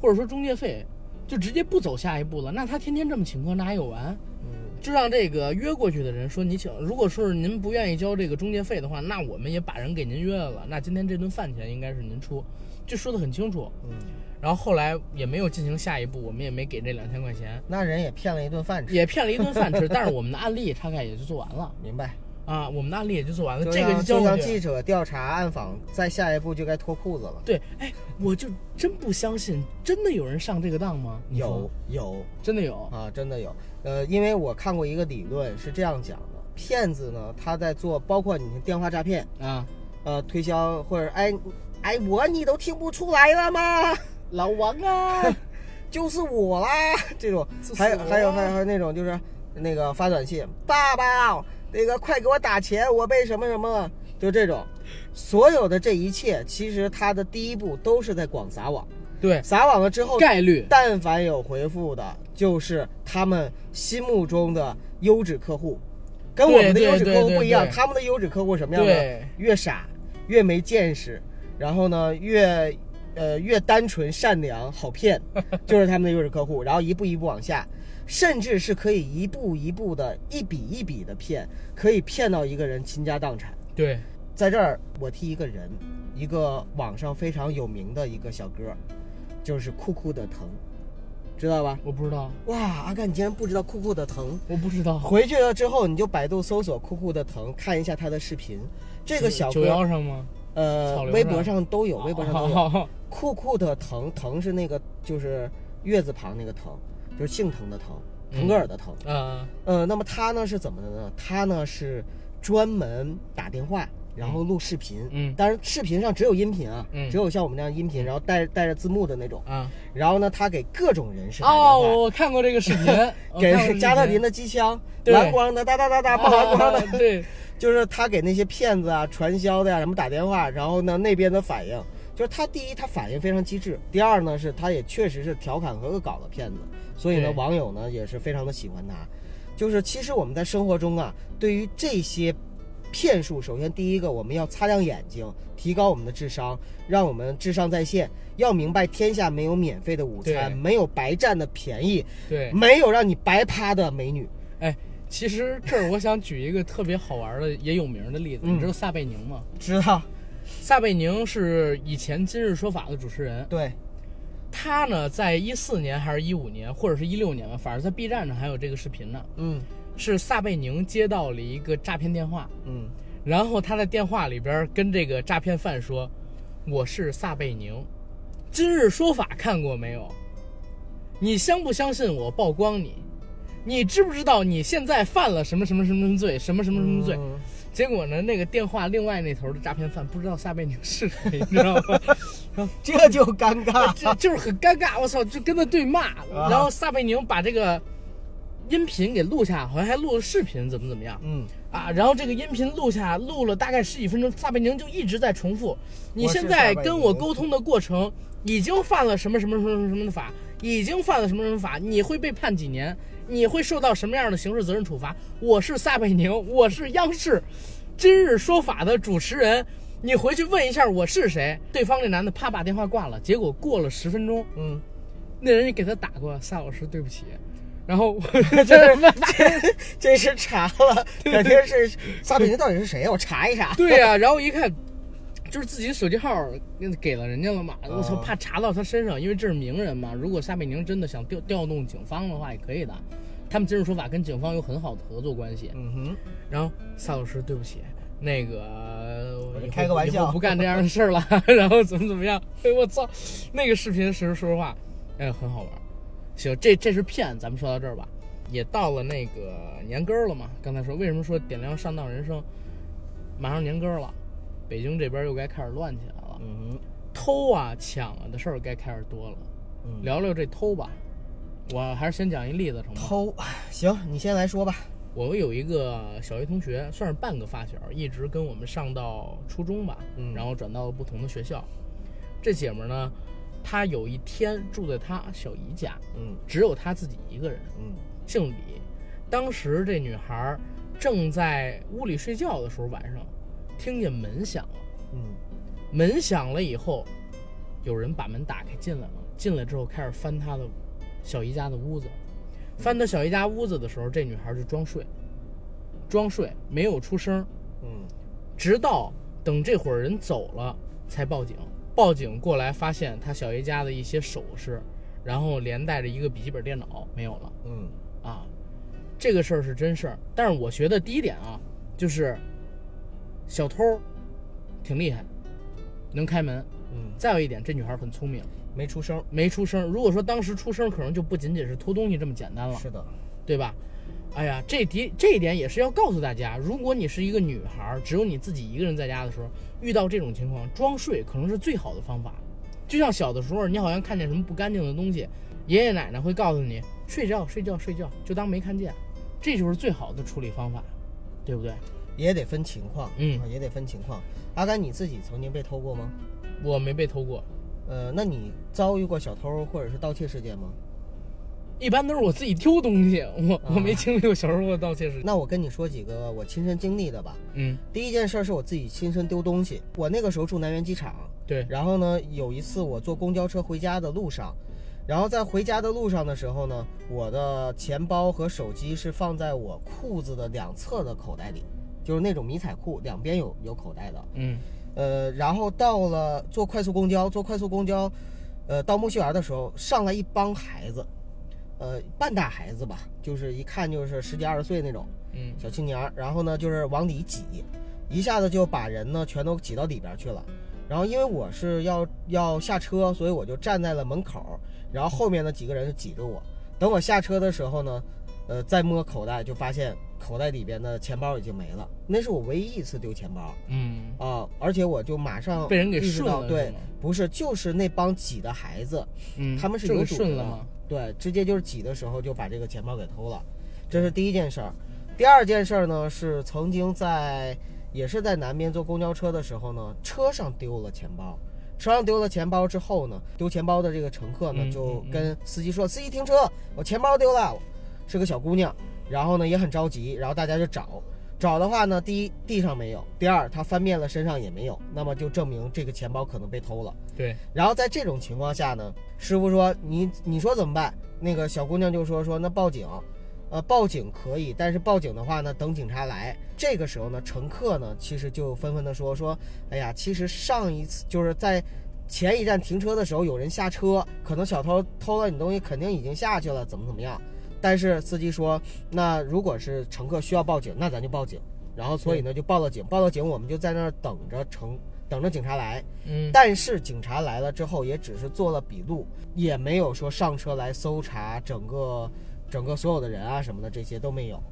或者说中介费，就直接不走下一步了。那他天天这么请客，那还有完？嗯，就让这个约过去的人说你请，如果说是您不愿意交这个中介费的话，那我们也把人给您约来了，那今天这顿饭钱应该是您出，就说的很清楚。嗯，然后后来也没有进行下一步，我们也没给这两千块钱，那人也骗了一顿饭吃，也骗了一顿 饭吃。但是我们的案例大概也就做完了明白？啊，我们的案例也就做完了，就这个像交就像回去。记者调查暗访，再下一步就该脱裤子了。对，哎，我就真不相信，真的有人上这个当吗？你有说，有，真的有。啊，真的有。呃，因为我看过一个理论是这样讲的：骗子呢，他在做包括你电话诈骗，啊，呃，推销或者哎哎我你都听不出来了吗？老王啊，就是我啦，这种就。还有是我还有还有还有那种就是那个发短信，爸爸那个快给我打钱，我被什么什么了，就这种。所有的这一切，其实他的第一步都是在广撒网， 对，撒网了之后，概率但凡有回复的，就是他们心目中的优质客户，跟我们的对优质客户对对不一样。对他们的优质客户什么样的对？越傻，越没见识，然后呢，越呃越单纯、善良、好骗，就是他们的优质客户。然后一步一步往下，甚至是可以一步一步的、一笔一笔的骗，可以骗到一个人倾家荡产。对，在这儿，我替一个人，一个网上非常有名的一个小哥，就是酷酷的疼，知道吧？我不知道，哇，阿甘，你竟然不知道酷酷的疼？我不知道。回去了之后，你就百度搜索酷酷的疼，看一下他的视频。这个小九哥，幺上吗？呃草，榴微是吧博上都有，微博上都有。哦酷酷的疼，疼是那个就是月字旁那个疼，就是姓滕的滕，嗯腾格尔的呃腾。啊，呃，那么他呢是怎么的呢？他呢是专门打电话，然后录视频，嗯当然视频上只有音频啊，嗯只有像我们这样音频，然后带带着字幕的那种。啊。然后呢，他给各种人士打电话，哦，我看过这个视 频，我看过这给个加特视林频的机枪，对蓝光的哒哒哒哒，不蓝 光啊的，对，就是他给那些骗子啊、传销的呀、什么打电话，然后呢那边的反应，就是他第一他反应非常机智，第二呢是他也确实是调侃和恶搞的骗子，所以呢对网友呢也是非常的喜欢他。就是其实我们在生活中啊，对于这些骗术，首先第一个我们要擦亮眼睛，提高我们的智商，让我们智商在线，要明白天下没有免费的午餐，对没有白占的便宜，对，没有让你白趴的美女。哎，其实这儿我想举一个特别好玩的也有名的例子，嗯你知道撒贝宁吗？知道，撒贝宁是以前《今日说法》的主持人，对，他呢在一四年还是一五年，或者是一六年吧，反正在 B 站上还有这个视频呢。嗯是撒贝宁接到了一个诈骗电话，嗯。然后他在电话里边跟这个诈骗犯说：“我是撒贝宁，今日说法看过没有？你相不相信我曝光你？你知不知道你现在犯了什么什么什么什么罪？什么什么什么罪？”嗯结果呢，那个电话另外那头的诈骗犯不知道撒贝宁是谁，你知道吗？ 这就尴尬。 这 就是很尴尬，我操，就跟他对骂。啊然后撒贝宁把这个音频给录下，好像还录了视频，怎么怎么样嗯，啊？然后这个音频录下，录了大概十几分钟，撒贝宁就一直在重复：“你现在跟我沟通的过程已经犯了什么什么什么什么的法，已经犯了什么什么法，你会被判几年，你会受到什么样的刑事责任处罚？我是撒贝宁，我是央视今日说法的主持人。”你回去问一下我是谁，对方那男的啪把电话挂了，结果过了十分钟，嗯，那人也给他打过，萨老师对不起。然后我就是 这是查了，肯定是撒贝宁到底是谁呀？我查一查。对呀、然后一看，就是自己手机号给了人家了嘛，我操，啊怕查到他身上，因为这是名人嘛。如果撒贝宁真的想调调动警方的话，也可以的。他们今日说法跟警方有很好的合作关系。嗯哼，然后萨老师，对不起，那个呃我以后开个玩笑以后不干这样的事儿了。 然后怎么怎么样？哎，我操，那个视频，实说实话，哎，很好玩。行，这这是骗，咱们说到这儿吧。也到了那个年根儿了嘛，刚才说为什么说点亮上当人生，马上年根儿了，北京这边又该开始乱起来了，嗯偷啊抢啊的事儿该开始多了。嗯聊聊这偷吧，我还是先讲一例子成吗？偷， 行，你先来说吧。我有一个小学同学，算是半个发小，一直跟我们上到初中吧，嗯然后转到了不同的学校。这姐们儿呢，她有一天住在她小姨家，嗯只有她自己一个人，嗯姓李。当时这女孩儿正在屋里睡觉的时候，晚上听见门响了，嗯门响了以后，有人把门打开进来了。进来之后开始翻她的小姨家的屋子，翻她小姨家屋子的时候，这女孩就装睡，装睡没有出声，嗯直到等这伙人走了才报警。报警过来发现她小姨家的一些首饰，然后连带着一个笔记本电脑没有了嗯啊。这个事儿是真事儿，但是我觉得第一点啊，就是小偷挺厉害，能开门。嗯，再有一点，这女孩很聪明，没出声。没出声。如果说当时出声，可能就不仅仅是偷东西这么简单了，是的，对吧？哎呀，这第这一点也是要告诉大家，如果你是一个女孩儿，只有你自己一个人在家的时候，遇到这种情况，装睡可能是最好的方法。就像小的时候，你好像看见什么不干净的东西，爷爷奶奶会告诉你睡觉睡觉睡觉，就当没看见，这就是最好的处理方法，对不对？也得分情况，嗯啊也得分情况。阿甘，你自己曾经被偷过吗？我没被偷过，呃，那你遭遇过小偷或者是盗窃事件吗？一般都是我自己丢东西，我我没经历过小时候的盗窃事件。那我跟你说几个我亲身经历的吧。嗯，第一件事儿是我自己亲身丢东西。我那个时候住南苑机场，对，然后呢，有一次我坐公交车回家的路上，然后在回家的路上的时候呢，我的钱包和手机是放在我裤子的两侧的口袋里，就是那种迷彩裤，两边有有口袋的。嗯呃，然后到了坐快速公交，坐快速公交，呃，到木樨园的时候，上来一帮孩子，呃，半大孩子吧，就是一看就是十几二十岁那种。嗯小青年儿，然后呢就是往里挤，一下子就把人呢全都挤到里边儿去了。然后因为我是要要下车，所以我就站在了门口儿，然后后面的几个人就挤着我。等我下车的时候呢，呃，再摸口袋就发现口袋里边的钱包已经没了，那是我唯一一次丢钱包嗯，啊、而且我就马上被人给意识顺到，了，对，，不是，就是那帮挤的孩子，嗯，他们是这有个组顺织了的吗？对，直接就是挤的时候就把这个钱包给偷了，这是第一件事儿。第二件事儿呢是曾经在也是在南边坐公交车的时候呢，车上丢了钱包。车上丢了钱包之后呢，丢钱包的这个乘客呢嗯就嗯嗯跟司机说：“司机停车，我钱包丢了。”是个小姑娘，然后呢也很着急，然后大家就找。找的话呢，第一地上没有，第二她翻遍了身上也没有，那么就证明这个钱包可能被偷了。对，然后在这种情况下呢，师傅说你你说怎么办？那个小姑娘就说说那报警，呃，报警可以，但是报警的话呢，等警察来。这个时候呢，乘客呢其实就纷纷的说说，哎呀，其实上一次就是在前一站停车的时候有人下车，可能小偷偷了你东西，肯定已经下去了，怎么怎么样。但是司机说，那如果是乘客需要报警，那咱就报警。然后所以呢就报了警，报了警我们就在那儿等着乘等着警察来。嗯，但是警察来了之后，也只是做了笔录，也没有说上车来搜查整个整个所有的人啊什么的，这些都没有。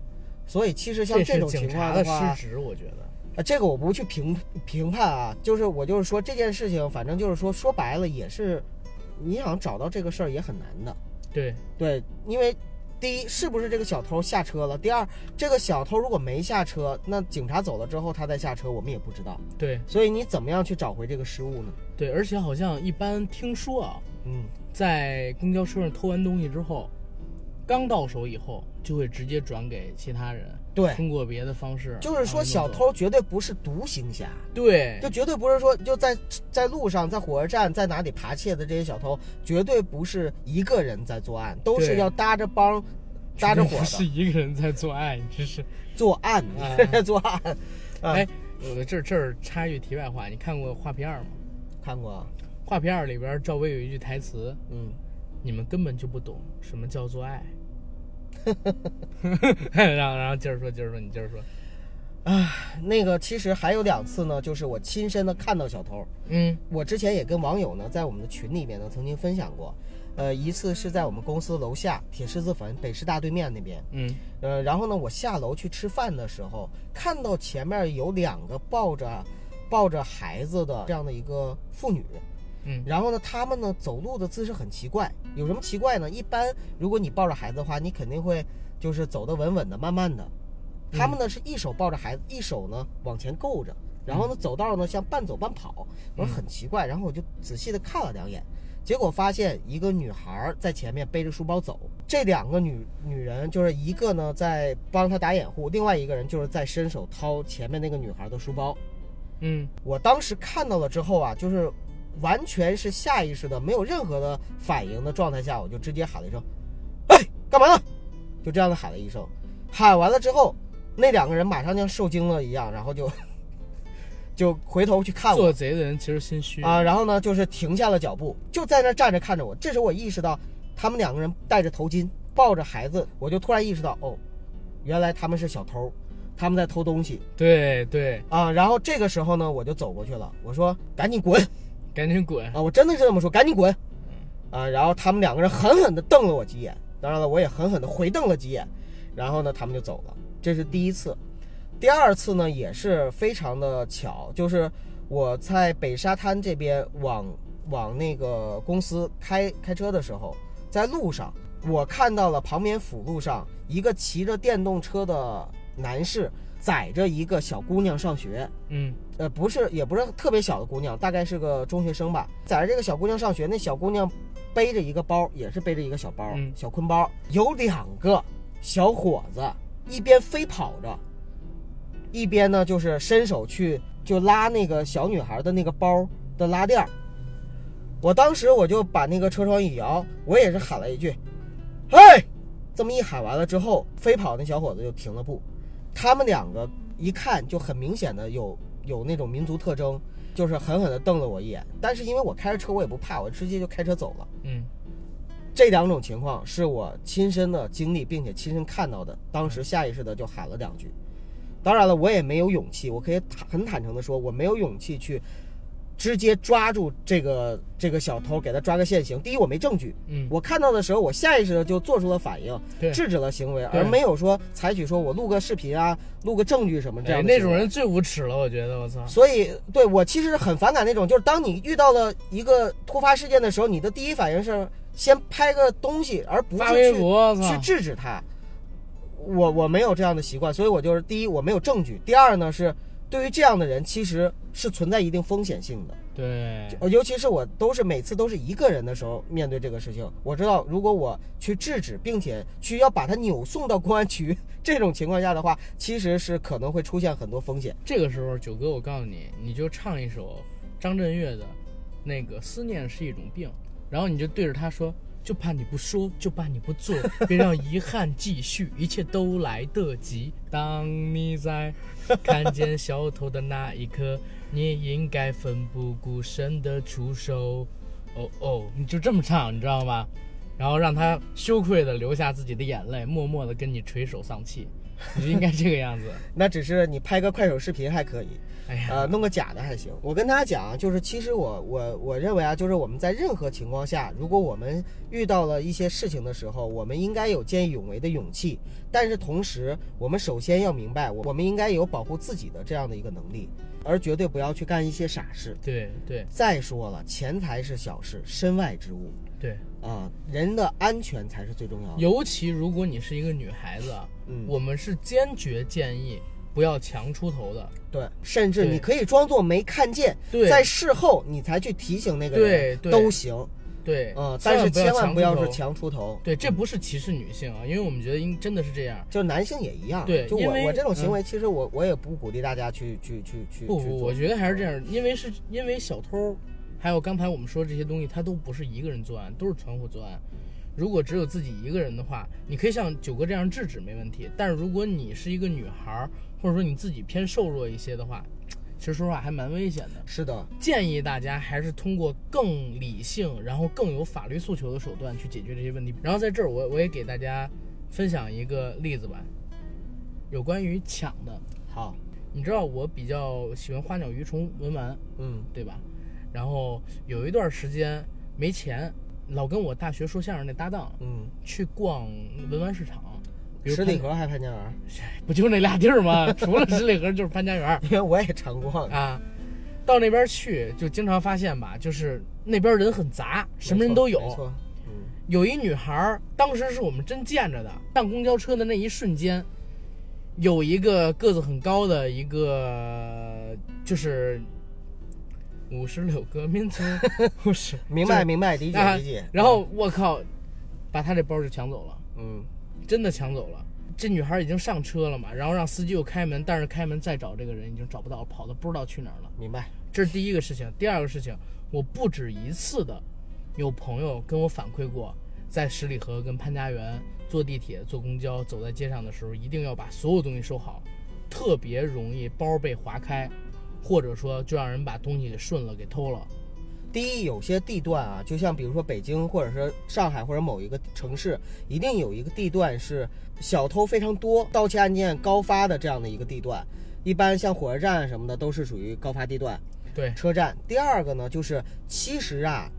所以其实像这这是种警情察的况话，失职，我觉得，啊，这个我不去评评判啊，就是我就是说这件事情，反正就是说说白了也是，你想找到这个事儿也很难的。对，对，因为第一是不是这个小偷下车了，第二这个小偷如果没下车，那警察走了之后他再下车，我们也不知道。对，所以你怎么样去找回这个失误呢？对，而且好像一般听说啊，嗯，在公交车上偷完东西之后，刚到手以后就会直接转给其他人，对，通过别的方式，就是说小啊偷绝对不是独行侠，对就绝对不是说就在在路上、在火车站、在哪里扒窃的这些小偷，绝对不是一个人在作案，都是对要搭着帮、搭着伙不是的一个人在做爱，你这是。作案啊、 作案。啊哎，我这这儿插一句题外话，你看过《画皮二》吗？看过，啊《画皮二》里边赵薇有一句台词，嗯，你们根本就不懂什么叫做 爱。然后，然后接着说，接着说，你接着说。那个其实还有两次呢，就是我亲身的看到小偷，嗯我之前也跟网友呢在我们的群里面呢曾经分享过，呃，一次是在我们公司楼下铁狮子坟北师大对面那边，嗯呃，然后呢，我下楼去吃饭的时候，看到前面有两个抱着抱着孩子的这样的一个妇女，嗯然后呢，他们呢走路的姿势很奇怪，有什么奇怪呢？一般如果你抱着孩子的话，你肯定会就是走得稳稳的、慢慢的。他们呢是一手抱着孩子，一手呢往前够着，然后呢走道呢像半走半跑，我说很奇怪。然后我就仔细的看了两眼，结果发现一个女孩在前面背着书包走，这两个女女人就是一个呢在帮她打掩护，另外一个人就是在伸手掏前面那个女孩的书包。嗯我当时看到了之后啊，就是完全是下意识的，没有任何的反应的状态下，我就直接喊了一声：“哎，干嘛呢？”就这样的喊了一声。喊完了之后，那两个人马上像受惊了一样，然后就就回头去看我做贼的人其实心虚啊，然后呢就是停下了脚步，就在那站着看着我。这时候我意识到，他们两个人戴着头巾，抱着孩子，我就突然意识到，哦，原来他们是小偷，他们在偷东西。对对，啊，然后这个时候呢，我就走过去了，我说赶紧滚赶紧滚！啊！我真的是这么说，赶紧滚啊！然后他们两个人狠狠地瞪了我几眼，当然了，我也狠狠地回瞪了几眼，然后呢，他们就走了。这是第一次，第二次呢也是非常的巧，就是我在北沙滩这边往往那个公司开开车的时候，在路上我看到了旁边辅路上一个骑着电动车的男士载着一个小姑娘上学，嗯呃，不是，也不是特别小的姑娘，大概是个中学生吧。载着这个小姑娘上学，那小姑娘背着一个包，也是背着一个小包，嗯小坤包。有两个小伙子一边飞跑着，一边呢就是伸手去就拉那个小女孩的那个包的拉链儿。我当时我就把那个车窗一摇，我也是喊了一句：“嘿！”这么一喊完了之后，飞跑那小伙子就停了步。他们两个一看就很明显的有有那种民族特征，就是狠狠的瞪了我一眼。但是因为我开着车，我也不怕，我直接就开车走了。嗯，这两种情况是我亲身的经历，并且亲身看到的，当时下意识的就喊了两句。当然了，我也没有勇气，我可以坦很坦诚的说，我没有勇气去直接抓住这个这个小偷，给他抓个现行。第一，我没证据，嗯，我看到的时候，我下意识的就做出了反应，对制止了行为，对而没有说采取说我录个视频啊，录个证据什么这哎样的、那种人。最无耻了，我觉得，我操，所以，对我其实很反感那种，就是当你遇到了一个突发事件的时候，你的第一反应是先拍个东西，而不发微是去博，我操去，制止他。我我没有这样的习惯，所以我就是第一我没有证据，第二呢是对于这样的人其实是存在一定风险性的。对，就呃尤其是我都是每次都是一个人的时候面对这个事情，我知道如果我去制止，并且去要把他扭送到公安局这种情况下的话，其实是可能会出现很多风险。这个时候，九哥，我告诉你，你就唱一首张震岳的那个《思念是一种病》，然后你就对着他说。就怕你不说，就怕你不做，别让遗憾继续，一切都来得及。当你在看见小偷的那一刻，你也应该奋不顾身的出手。哦哦，你就这么唱，你知道吗？然后让他羞愧的流下自己的眼泪，默默的跟你垂手丧气。你就应该这个样子。那只是你拍个快手视频还可以，哎呀，呃，弄个假的还行。我跟大家讲啊，就是其实我我我认为啊，就是我们在任何情况下，如果我们遇到了一些事情的时候，我们应该有见义勇为的勇气，但是同时，我们首先要明白，我我们应该有保护自己的这样的一个能力，而绝对不要去干一些傻事。对对再说了，钱财是小事，身外之物对，啊、人的安全才是最重要的。尤其如果你是一个女孩子，啊，啊嗯我们是坚决建议不要强出头的。对，甚至对你可以装作没看见，对在事后你才去提醒那个对人对都行对，啊、千但万是千万不要出是头。强出头。对，这不是歧视女性啊，因为我们觉得应真的是这样。就男性也一样，对就因为我我这种行嗯为，其实我我也不鼓励大家去去去去不去做不，我觉得还是这样，因为是因为小偷，还有刚才我们说这些东西，它都不是一个人作案，都是团伙作案。如果只有自己一个人的话，你可以像九哥这样制止没问题。但是如果你是一个女孩儿，或者说你自己偏瘦弱一些的话，其实说实话还蛮危险的。是的，建议大家还是通过更理性，然后更有法律诉求的手段去解决这些问题。然后在这儿我，我也给大家分享一个例子吧，有关于抢的。好，你知道我比较喜欢花鸟鱼虫文玩，嗯对吧？然后有一段时间没钱，老跟我大学说相声那搭档嗯，去逛文玩市场，比如十里潘河还潘家园， 不就那俩地儿吗？除了十里河就是潘家园。 因为我也常逛，啊，到那边去就经常发现吧，就是那边人很杂，什么人没错都没有。错，嗯，有一女孩儿，当时是我们真见着的，上公交车的那一瞬间，有一个个子很高的一个，就是五十六个民族不是明就是白明白， 理啊解理解。然后我靠，把他这包就抢走了。嗯，真的抢走了。这女孩已经上车了嘛，然后让司机又开门，但是开门再找这个人已经找不到，跑的不知道去哪儿了。明白，这是第一个事情。第二个事情，我不止一次的有朋友跟我反馈过，在十里河跟潘家园坐地铁、坐公交、走在街上的时候，一定要把所有东西收好，特别容易包被划开，或者说就让人把东西给顺了、给偷了。第一，有些地段啊，就像比如说北京，或者是上海，或者某一个城市，一定有一个地段是小偷非常多、盗窃案件高发的这样的一个地段。一般像火车站什么的都是属于高发地段，对，车站。第二个呢，就是其实啊，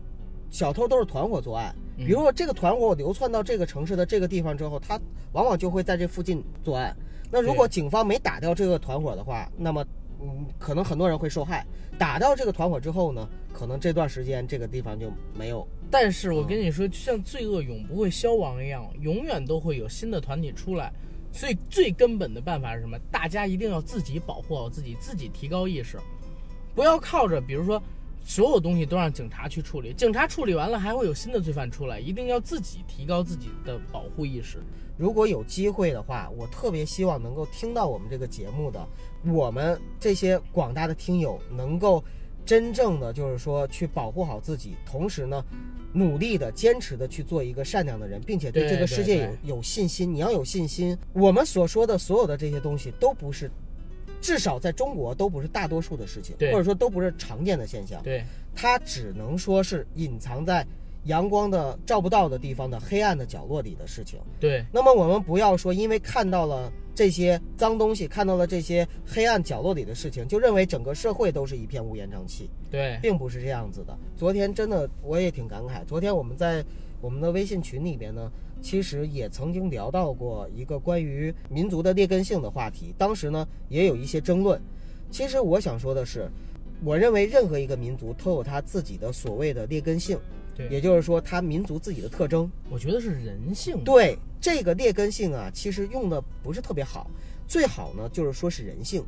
小偷都是团伙作案。嗯比如说这个团伙我流窜到这个城市的这个地方之后，他往往就会在这附近作案。那如果警方没打掉这个团伙的话，那么嗯，可能很多人会受害。打掉这个团伙之后呢，可能这段时间这个地方就没有。但是我跟你说，就像罪恶永不会消亡一样，永远都会有新的团体出来。所以最根本的办法是什么？大家一定要自己保护好自己，自己提高意识，不要靠着比如说所有东西都让警察去处理，警察处理完了还会有新的罪犯出来，一定要自己提高自己的保护意识。如果有机会的话，我特别希望能够听到我们这个节目的我们这些广大的听友能够真正的就是说去保护好自己，同时呢，努力的、坚持的去做一个善良的人，并且对对这个世界对有有信心。你要有信心，我们所说的所有的这些东西都不是。至少在中国都不是大多数的事情，对或者说都不是常见的现象。对它只能说是隐藏在阳光的照不到的地方的黑暗的角落里的事情。对那么我们不要说，因为看到了这些脏东西，看到了这些黑暗角落里的事情，就认为整个社会都是一片乌烟瘴气。对，并不是这样子的。昨天真的我也挺感慨，昨天我们在我们的微信群里边呢，其实也曾经聊到过一个关于民族的劣根性的话题，当时呢也有一些争论。其实我想说的是，我认为任何一个民族都有它自己的所谓的劣根性，对也就是说它民族自己的特征。我觉得是人性。，对这个劣根性啊，其实用的不是特别好，最好呢就是说是人性。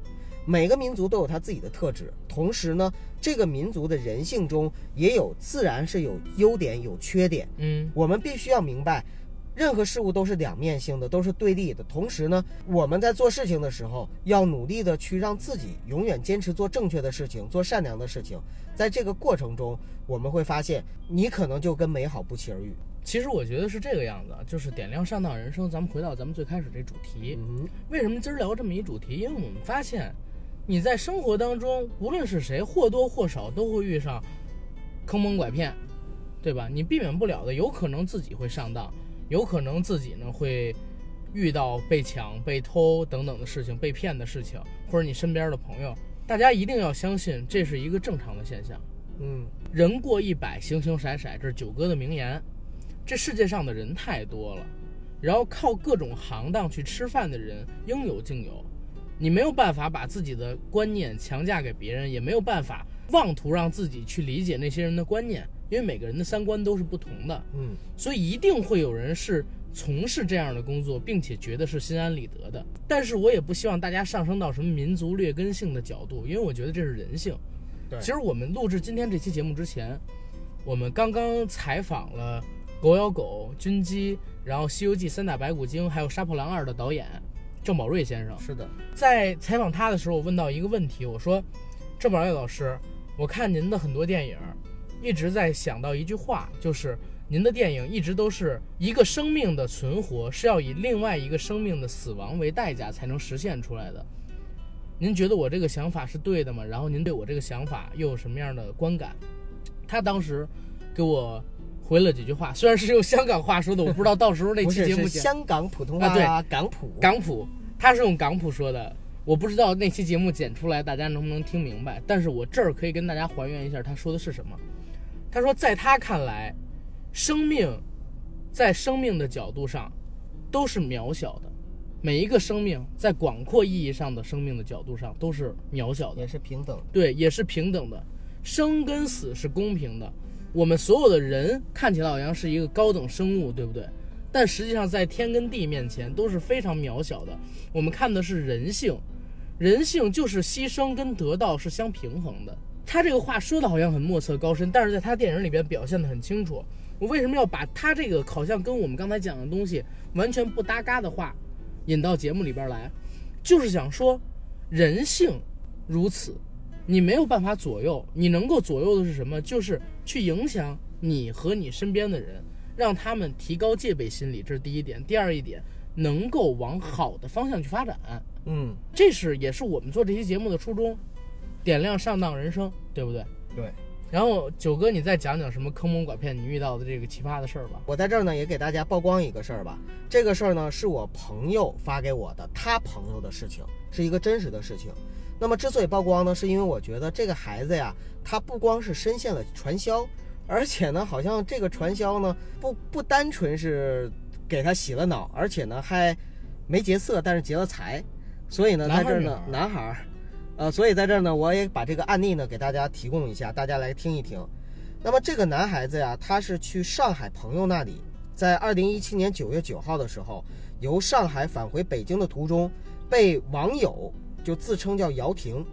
每个民族都有它自己的特质，同时呢，这个民族的人性中也有自然是有优点有缺点。嗯，我们必须要明白，任何事物都是两面性的，都是对立的。同时呢，我们在做事情的时候，要努力的去让自己永远坚持做正确的事情，做善良的事情。在这个过程中，我们会发现，你可能就跟美好不期而遇。其实我觉得是这个样子，就是点亮上档人生。咱们回到咱们最开始这主题，嗯，为什么今儿聊这么一主题？因为我们发现，你在生活当中，无论是谁，或多或少都会遇上坑蒙拐骗，对吧？你避免不了的，有可能自己会上当，有可能自己呢会遇到被抢、被偷等等的事情，被骗的事情，或者你身边的朋友。大家一定要相信，这是一个正常的现象。嗯，人过一百，形形色色，这是九哥的名言。这世界上的人太多了，然后靠各种行当去吃饭的人应有尽有。你没有办法把自己的观念强加给别人，也没有办法妄图让自己去理解那些人的观念，因为每个人的三观都是不同的，嗯，所以一定会有人是从事这样的工作，并且觉得是心安理得的。但是我也不希望大家上升到什么民族劣根性的角度，因为我觉得这是人性。对其实我们录制今天这期节目之前，我们刚刚采访了《狗咬狗》《军机》，然后《西游记》三打白骨精，还有《杀破狼二》的导演郑宝瑞先生。是的，在采访他的时候，我问到一个问题，我说：“郑宝瑞老师，我看您的很多电影，一直在想到一句话，就是您的电影一直都是一个生命的存活是要以另外一个生命的死亡为代价才能实现出来的。您觉得我这个想法是对的吗？然后您对我这个想法又有什么样的观感？”他当时给我回了几句话，虽然是用香港话说的，我不知道到时候那不期是节目是剪香港普通话、啊对港普港普，他是用港普说的。我不知道那期节目剪出来大家能不能听明白，但是我这儿可以跟大家还原一下他说的是什么。他说，在他看来，生命在生命的角度上都是渺小的，每一个生命在广阔意义上的生命的角度上都是渺小的也。是平等。对，也是平等的，生跟死是公平的。我们所有的人看起来好像是一个高等生物，对不对？但实际上在天跟地面前都是非常渺小的。我们看的是人性，人性就是牺牲跟得到是相平衡的。他这个话说的好像很莫测高深，但是在他电影里边表现的很清楚。我为什么要把他这个好像跟我们刚才讲的东西完全不搭嘎的话引到节目里边来？就是想说，人性如此，你没有办法左右，你能够左右的是什么？就是去影响你和你身边的人，让他们提高戒备心理，这是第一点。第二一点，能够往好的方向去发展，嗯，这是也是我们做这期节目的初衷，点亮上当人生，对不对？对。然后九哥，你再讲讲什么坑蒙拐骗你遇到的这个奇葩的事儿吧。我在这儿呢也给大家曝光一个事儿吧。这个事儿呢是我朋友发给我的，他朋友的事情，是一个真实的事情。那么之所以曝光呢，是因为我觉得这个孩子呀，他不光是深陷了传销，而且呢，好像这个传销呢不不单纯是给他洗了脑，而且呢还没劫色，但是劫了财。所以呢，男在孩这儿儿呢，女男孩儿，呃，所以在这儿呢，我也把这个案例呢给大家提供一下，大家来听一听。那么这个男孩子呀，他是去上海朋友那里，在二零一七年九月九号的时候，由上海返回北京的途中，被网友就自称叫姚婷，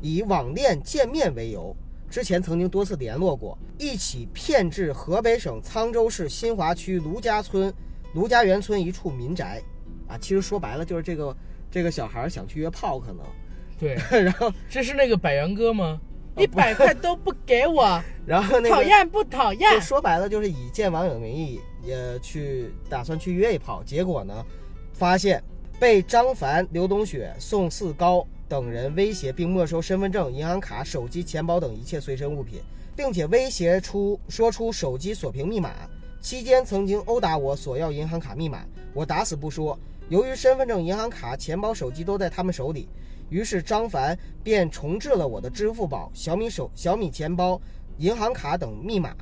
以网恋见面为由，之前曾经多次联络过，一起骗至河北省沧州市新华区卢家村卢家园村一处民宅，啊，其实说白了就是这个这个小孩儿想去约炮，可能， 对，然后这是那个百元哥吗？一百块都不给我，然后啊 那个讨厌不讨厌？就说白了就是以见网友的名义也去打算去约一炮，结果呢，发现被张凡、刘冬雪、宋四高等人威胁并没收身份证、银行卡、手机、钱包等一切随身物品，并且威胁出说出手机锁屏密码。期间曾经殴打我，索要银行卡密码，我打死不说。由于身份证、银行卡、钱包、手机都在他们手里，于是张凡便重置了我的支付宝、小米手、小米钱包、银行卡等密码。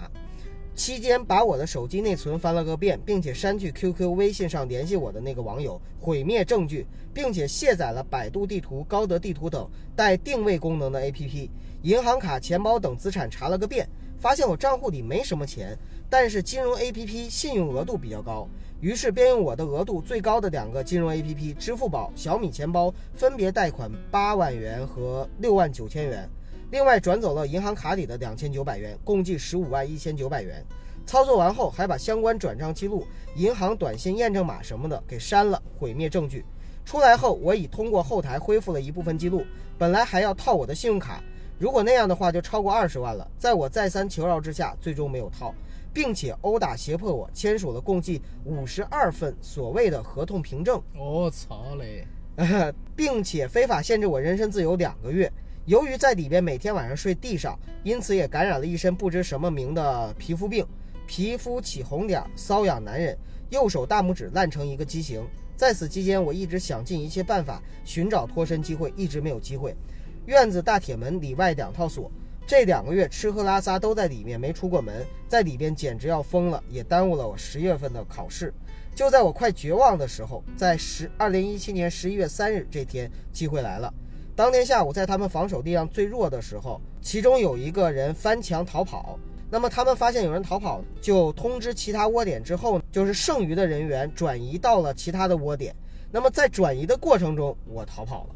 期间把我的手机内存翻了个遍，并且删去 QQ、微信上联系我的那个网友，毁灭证据，并且卸载了百度地图、高德地图等带定位功能的 APP。银行卡、钱包等资产查了个遍，发现我账户里没什么钱，但是金融 APP 信用额度比较高，于是便用我的额度最高的两个金融 APP 支付宝、小米钱包分别贷款八万元和六万九千元。另外转走了银行卡里的两千九百元，共计十五万一千九百元。操作完后，还把相关转账记录、银行短信验证码什么的给删了，毁灭证据。出来后，我已通过后台恢复了一部分记录，本来还要套我的信用卡，如果那样的话就超过二十万了。在我再三求饶之下，最终没有套，并且殴打胁迫我签署了共计五十二份所谓的合同凭证。我操嘞！并且非法限制我人身自由两个月。由于在里边每天晚上睡地上，因此也感染了一身不知什么名的皮肤病，皮肤起红点儿，瘙痒难忍，右手大拇指烂成一个畸形。在此期间，我一直想尽一切办法寻找脱身机会，一直没有机会。院子大铁门里外两套锁，这两个月吃喝拉撒都在里面，没出过门，在里边简直要疯了，也耽误了我十月份的考试。就在我快绝望的时候，在十二零一七年十一月三日这天，机会来了。当天下午，在他们防守力量最弱的时候，其中有一个人翻墙逃跑。那么他们发现有人逃跑，就通知其他窝点之后，就是剩余的人员转移到了其他的窝点。那么在转移的过程中，我逃跑了。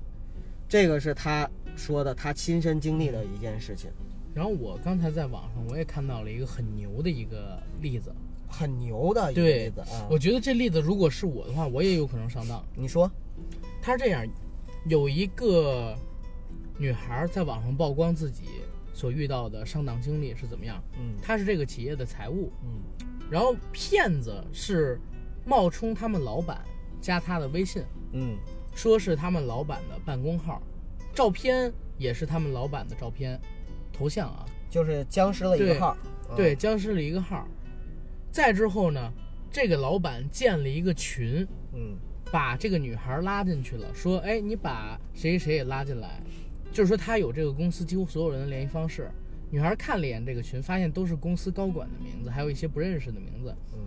这个是他说的，他亲身经历的一件事情，然后我刚才在网上我也看到了一个很牛的一个例子，很牛的一个对例子啊。我觉得这例子如果是我的话，我也有可能上当。你说，他是这样，有一个女孩在网上曝光自己所遇到的上当经历是怎么样，嗯她是这个企业的财务，嗯然后骗子是冒充他们老板加他的微信，嗯说是他们老板的办公号，照片也是他们老板的照片，头像啊，就是僵尸了一个对号，嗯对，僵尸了一个号。再之后呢，这个老板建了一个群，嗯把这个女孩拉进去了，说：“哎，你把谁谁谁也拉进来。”就是说他有这个公司几乎所有人的联系方式。女孩看了一眼这个群，发现都是公司高管的名字，还有一些不认识的名字。嗯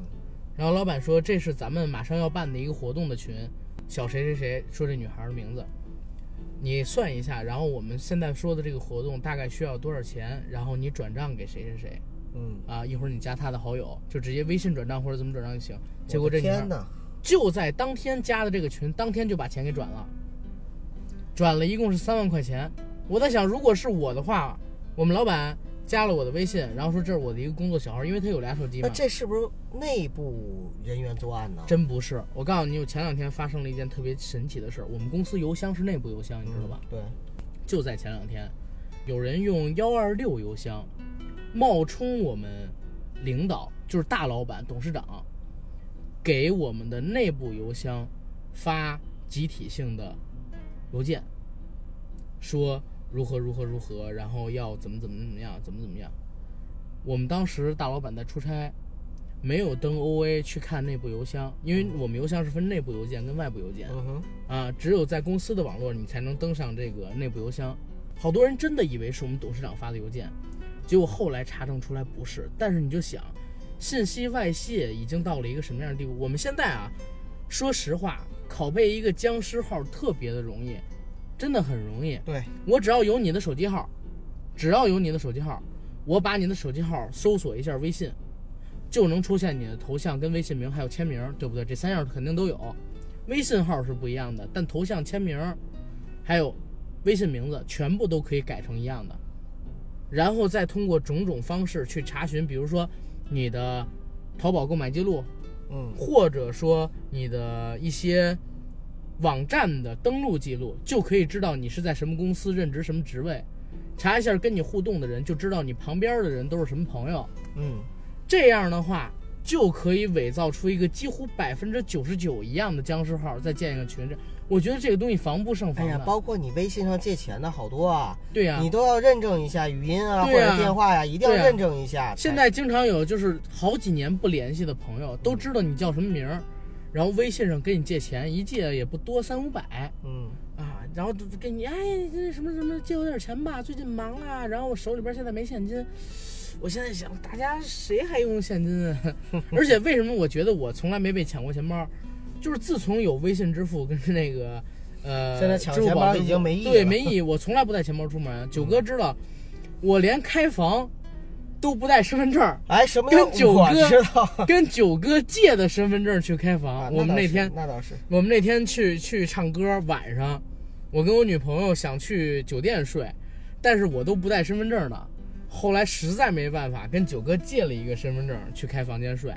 然后老板说这是咱们马上要办的一个活动的群，小谁谁谁说这女孩的名字，你算一下，然后我们现在说的这个活动大概需要多少钱，然后你转账给谁谁谁嗯，啊，一会儿你加他的好友，就直接微信转账或者怎么转账就行。结我果的这女孩天哪，就在当天加的这个群，当天就把钱给转了，转了一共是三万块钱。我在想，如果是我的话，我们老板加了我的微信，然后说这是我的一个工作小号，因为他有俩手机嘛。那这是不是内部人员作案呢？真不是，我告诉你，我前两天发生了一件特别神奇的事儿。我们公司邮箱是内部邮箱，你知道吧？对，就在前两天，有人用幺二六邮箱冒充我们领导，就是大老板、董事长，给我们的内部邮箱发集体性的邮件，说如何如何如何，然后要怎么怎么怎么样，怎么怎么样。我们当时大老板在出差，没有登 OA 去看内部邮箱，因为我们邮箱是分内部邮件跟外部邮件。嗯哼，啊，只有在公司的网络你才能登上这个内部邮箱。好多人真的以为是我们董事长发的邮件，结果后来查证出来不是。但是你就想，信息外泄已经到了一个什么样的地步？我们现在啊，说实话，拷贝一个僵尸号特别的容易，真的很容易。对，我只要有你的手机号，只要有你的手机号，我把你的手机号搜索一下微信，就能出现你的头像、跟微信名还有签名，对不对？这三样肯定都有。微信号是不一样的，但头像、签名，还有微信名字，全部都可以改成一样的。然后再通过种种方式去查询，比如说你的淘宝购买记录，嗯或者说你的一些网站的登录记录，就可以知道你是在什么公司任职什么职位。查一下跟你互动的人，就知道你旁边的人都是什么朋友。嗯。这样的话，就可以伪造出一个几乎百分之九十九一样的僵尸号，再建一个群。这我觉得这个东西防不胜哎防的。呀，包括你微信上借钱的好多啊，对呀、你都要认证一下语音啊，或对啊者电话呀、一定要对啊认证一下。现在经常有就是好几年不联系的朋友，都知道你叫什么名儿，然后微信上跟你借钱，一借也不多，三五百嗯啊，然后就跟你哎这什么什么借我点钱吧，最近忙啊，然后我手里边现在没现金。我现在想，大家谁还用现金啊？ 而且为什么我觉得我从来没被抢过钱包？就是自从有微信支付跟那个呃，现在抢支付钱宝包支已付经没意义对了嗯没意义。我从来不带钱包出门。九哥知道，我连开房都不带身份证儿，哎，什么样？跟九我哥知 道。跟九哥借的身份证去开啊房。那我们倒那是天那倒是，我们那天去去唱歌，晚上我跟我女朋友想去酒店睡，但是我都不带身份证的。后来实在没办法，跟九哥借了一个身份证去开房间睡，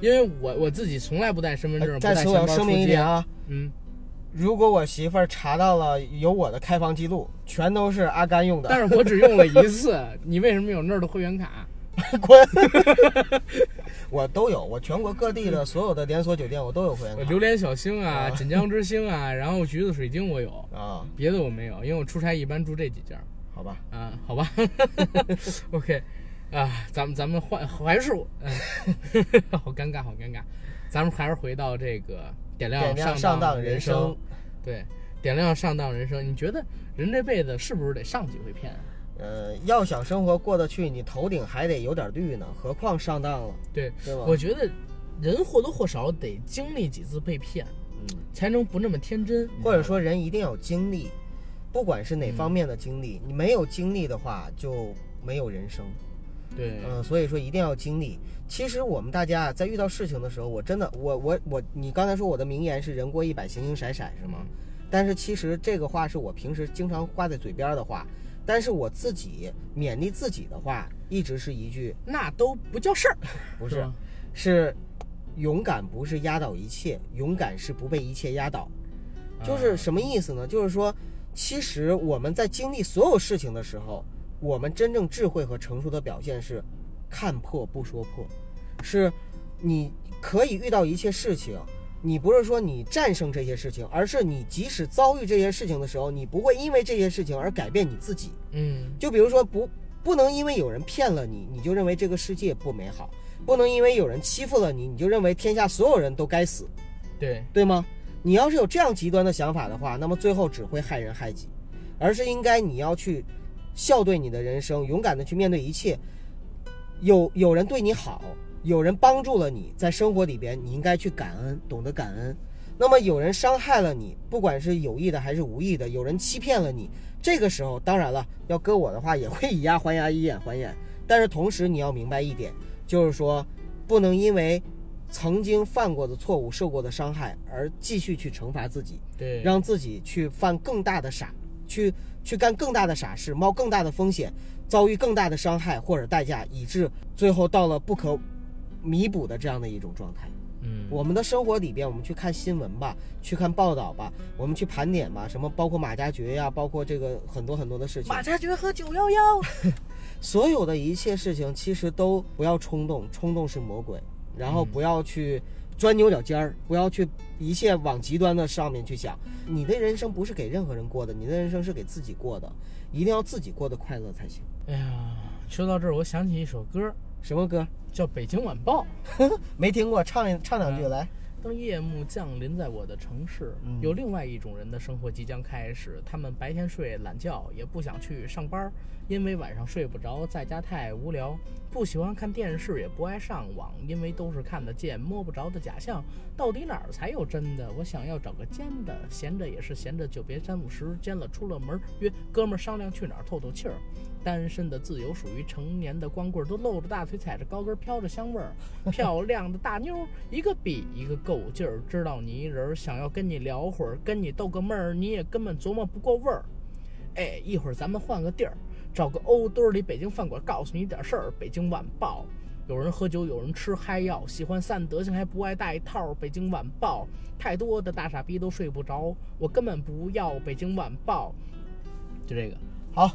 因为我我自己从来不带身份证，哎不但带是钱我要包声出明一街点。啊， 嗯，如果我媳妇儿查到了有我的开房记录，全都是阿甘用的，但是我只用了一次。你为什么有那儿 的会员卡？滚！ 我都有，我全国各地的所有的连锁酒店我都有会 员我卡榴莲小星啊，啊锦江之星啊，然后橘子水晶我有，啊，别的我没有，因为我出差一般住这几家。好吧，啊，好吧 ，OK，啊，咱们咱们换还是我，嗯， 好尴尬，好尴尬，咱们还是回到这个点点亮亮上上当人人生，对，点亮上当人生，你觉得人这辈子是不是得上几回骗啊？呃，要想生活过得去，你头顶还得有点绿呢，何况上当了，对，对吧？我觉得人或多或少得经历几次被骗，嗯，才能不那么天真，或者说人一定要有经历，不管是哪方面的经历，你没有经历的话就没有人生。对，嗯，所以说一定要经历。其实我们大家啊，在遇到事情的时候，我真的，我我我，你刚才说我的名言是“人过一百，形形色色”，是吗？嗯但是其实这个话是我平时经常挂在嘴边儿的话，但是我自己勉励自己的话，一直是一句，那都不叫事儿，不是是，吧是勇敢不是压倒一切，勇敢是不被一切压倒。啊就是什么意思呢？就是说，其实我们在经历所有事情的时候，我们真正智慧和成熟的表现是看破不说破，是你可以遇到一切事情。你不是说你战胜这些事情，而是你即使遭遇这些事情的时候，你不会因为这些事情而改变你自己。嗯，就比如说不不能因为有人骗了你，你就认为这个世界不美好；不能因为有人欺负了你，你就认为天下所有人都该死。对，对吗？你要是有这样极端的想法的话，那么最后只会害人害己，而是应该你要去笑对你的人生，勇敢的去面对一切。有有人对你好，有人帮助了你，在生活里边你应该去感恩，懂得感恩。那么有人伤害了你，不管是有意的还是无意的，有人欺骗了你，这个时候当然了，要搁我的话也会以牙还牙，以眼还眼。但是同时你要明白一点，就是说不能因为曾经犯过的错误、受过的伤害而继续去惩罚自己，对，让自己去犯更大的傻，去去干更大的傻事，冒更大的风险，遭遇更大的伤害或者代价，以致最后到了不可弥补的这样的一种状态。嗯，我们的生活里边，我们去看新闻吧，去看报道吧，我们去盘点吧，什么包括马加爵呀、包括这个很多很多的事情。马加爵和九幺幺， 所有的一切事情其实都不要冲动，冲动是魔鬼，然后不要去钻牛角尖儿，不要去一切往极端的上面去想。你的人生不是给任何人过的，你的人生是给自己过的，一定要自己过得快乐才行。哎呀，说到这儿，我想起一首歌，什么歌？叫《北京晚报》。没听过，唱一唱两句嗯来。当夜幕降临在我的城市，嗯有另外一种人的生活即将开始。他们白天睡懒觉，也不想去上班，因为晚上睡不着，在家太无聊。不喜欢看电视，也不爱上网，因为都是看得见摸不着的假象。到底哪儿才有真的？我想要找个尖的，闲着也是闲着，久别三五十，尖了出了门，约哥们儿商量去哪儿透透气儿。单身的自由属于成年的光棍，都露着大腿，踩着高跟，飘着香味儿。漂亮的大妞儿，一个比一个够劲儿。知道你一人儿，想要跟你聊会儿，跟你逗个闷儿，你也根本琢磨不过味儿。哎，一会儿咱们换个地儿，找个欧堆儿里北京饭馆，告诉你点事儿。北京晚报，有人喝酒，有人吃嗨药，喜欢散德性还不爱带套。北京晚报，太多的大傻逼都睡不着，我根本不要北京晚报。就这个，好，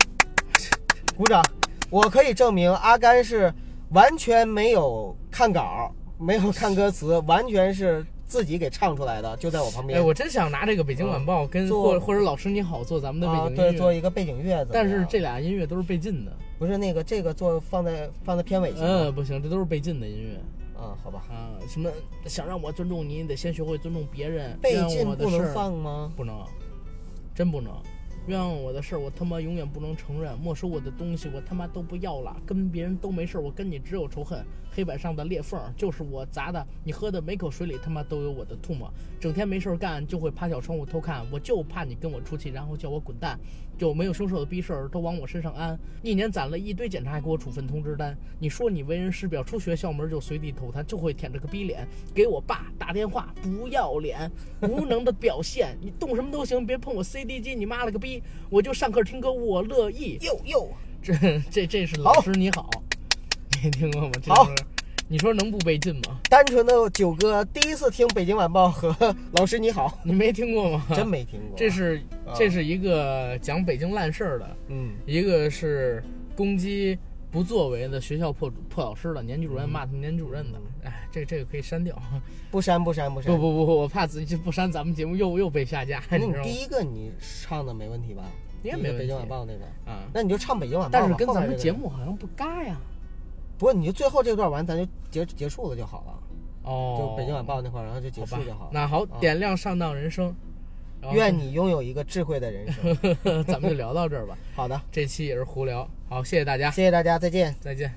鼓掌。我可以证明阿甘是完全没有看稿，没有看歌词，完全是自己给唱出来的，就在我旁边。哎，我真想拿这个北京晚报跟做或或者老师你好做咱们的背啊，景对，音乐。做一个背啊景乐。怎么但是样这俩音乐都是被禁的。不是那个这个做放在放在片尾行吗嗯，不行，这都是被禁的音乐。啊，好吧，啊、什么想让我尊重你，你得先学会尊重别人。被冤枉禁我的不事能儿放吗？不能，真不能。冤枉我的事儿，我他妈永远不能承认；没收我的东西，我他妈都不要了。跟别人都没事儿，我跟你只有仇恨。黑板上的裂缝儿就是我砸的，你喝的每口水里他妈都有我的唾沫。整天没事儿干就会趴小窗户偷看，我就怕你跟我出气，然后叫我滚蛋。有没有凶手的逼事儿都往我身上安，一年攒了一堆检查，还给我处分通知单。你说你为人师表，出学校门就随地吐痰，就会舔着个逼脸给我爸打电话，不要脸，无能的表现。你动什么都行，别碰我 CD 机，你妈了个逼！我就上课听歌，我乐意。 哟哟，这这这是老师你好，你听过吗？这好歌，你说能不被禁吗？单纯的九哥第一次听《北京晚报》和《老师你 好你没听过吗？》，真没听过。这是这是一个讲北京烂事儿的。嗯一个是攻击不作为的学校破破老师的年级主任嗯骂他们年级主任的，哎，这这个可以删 掉。不删不删不删。不不不不，我怕自己不删咱们节目又又被下架，那你你知道第吗？一个你唱的没问题吧？应该第一没个北京问晚题报那个，啊，那你就唱北京晚报吧。但是跟后面咱们这个节，目好像不搭呀。不过你就最后这段完，咱就结结束了就好了，哦就，北京晚报那块儿，然后就结好束吧就好了。那好，啊点亮上当人生。然后愿你拥有一个智慧的人 生。咱们就聊到这儿吧，好的，这期也是胡聊。好，谢谢大家，谢谢大家，再见。再见。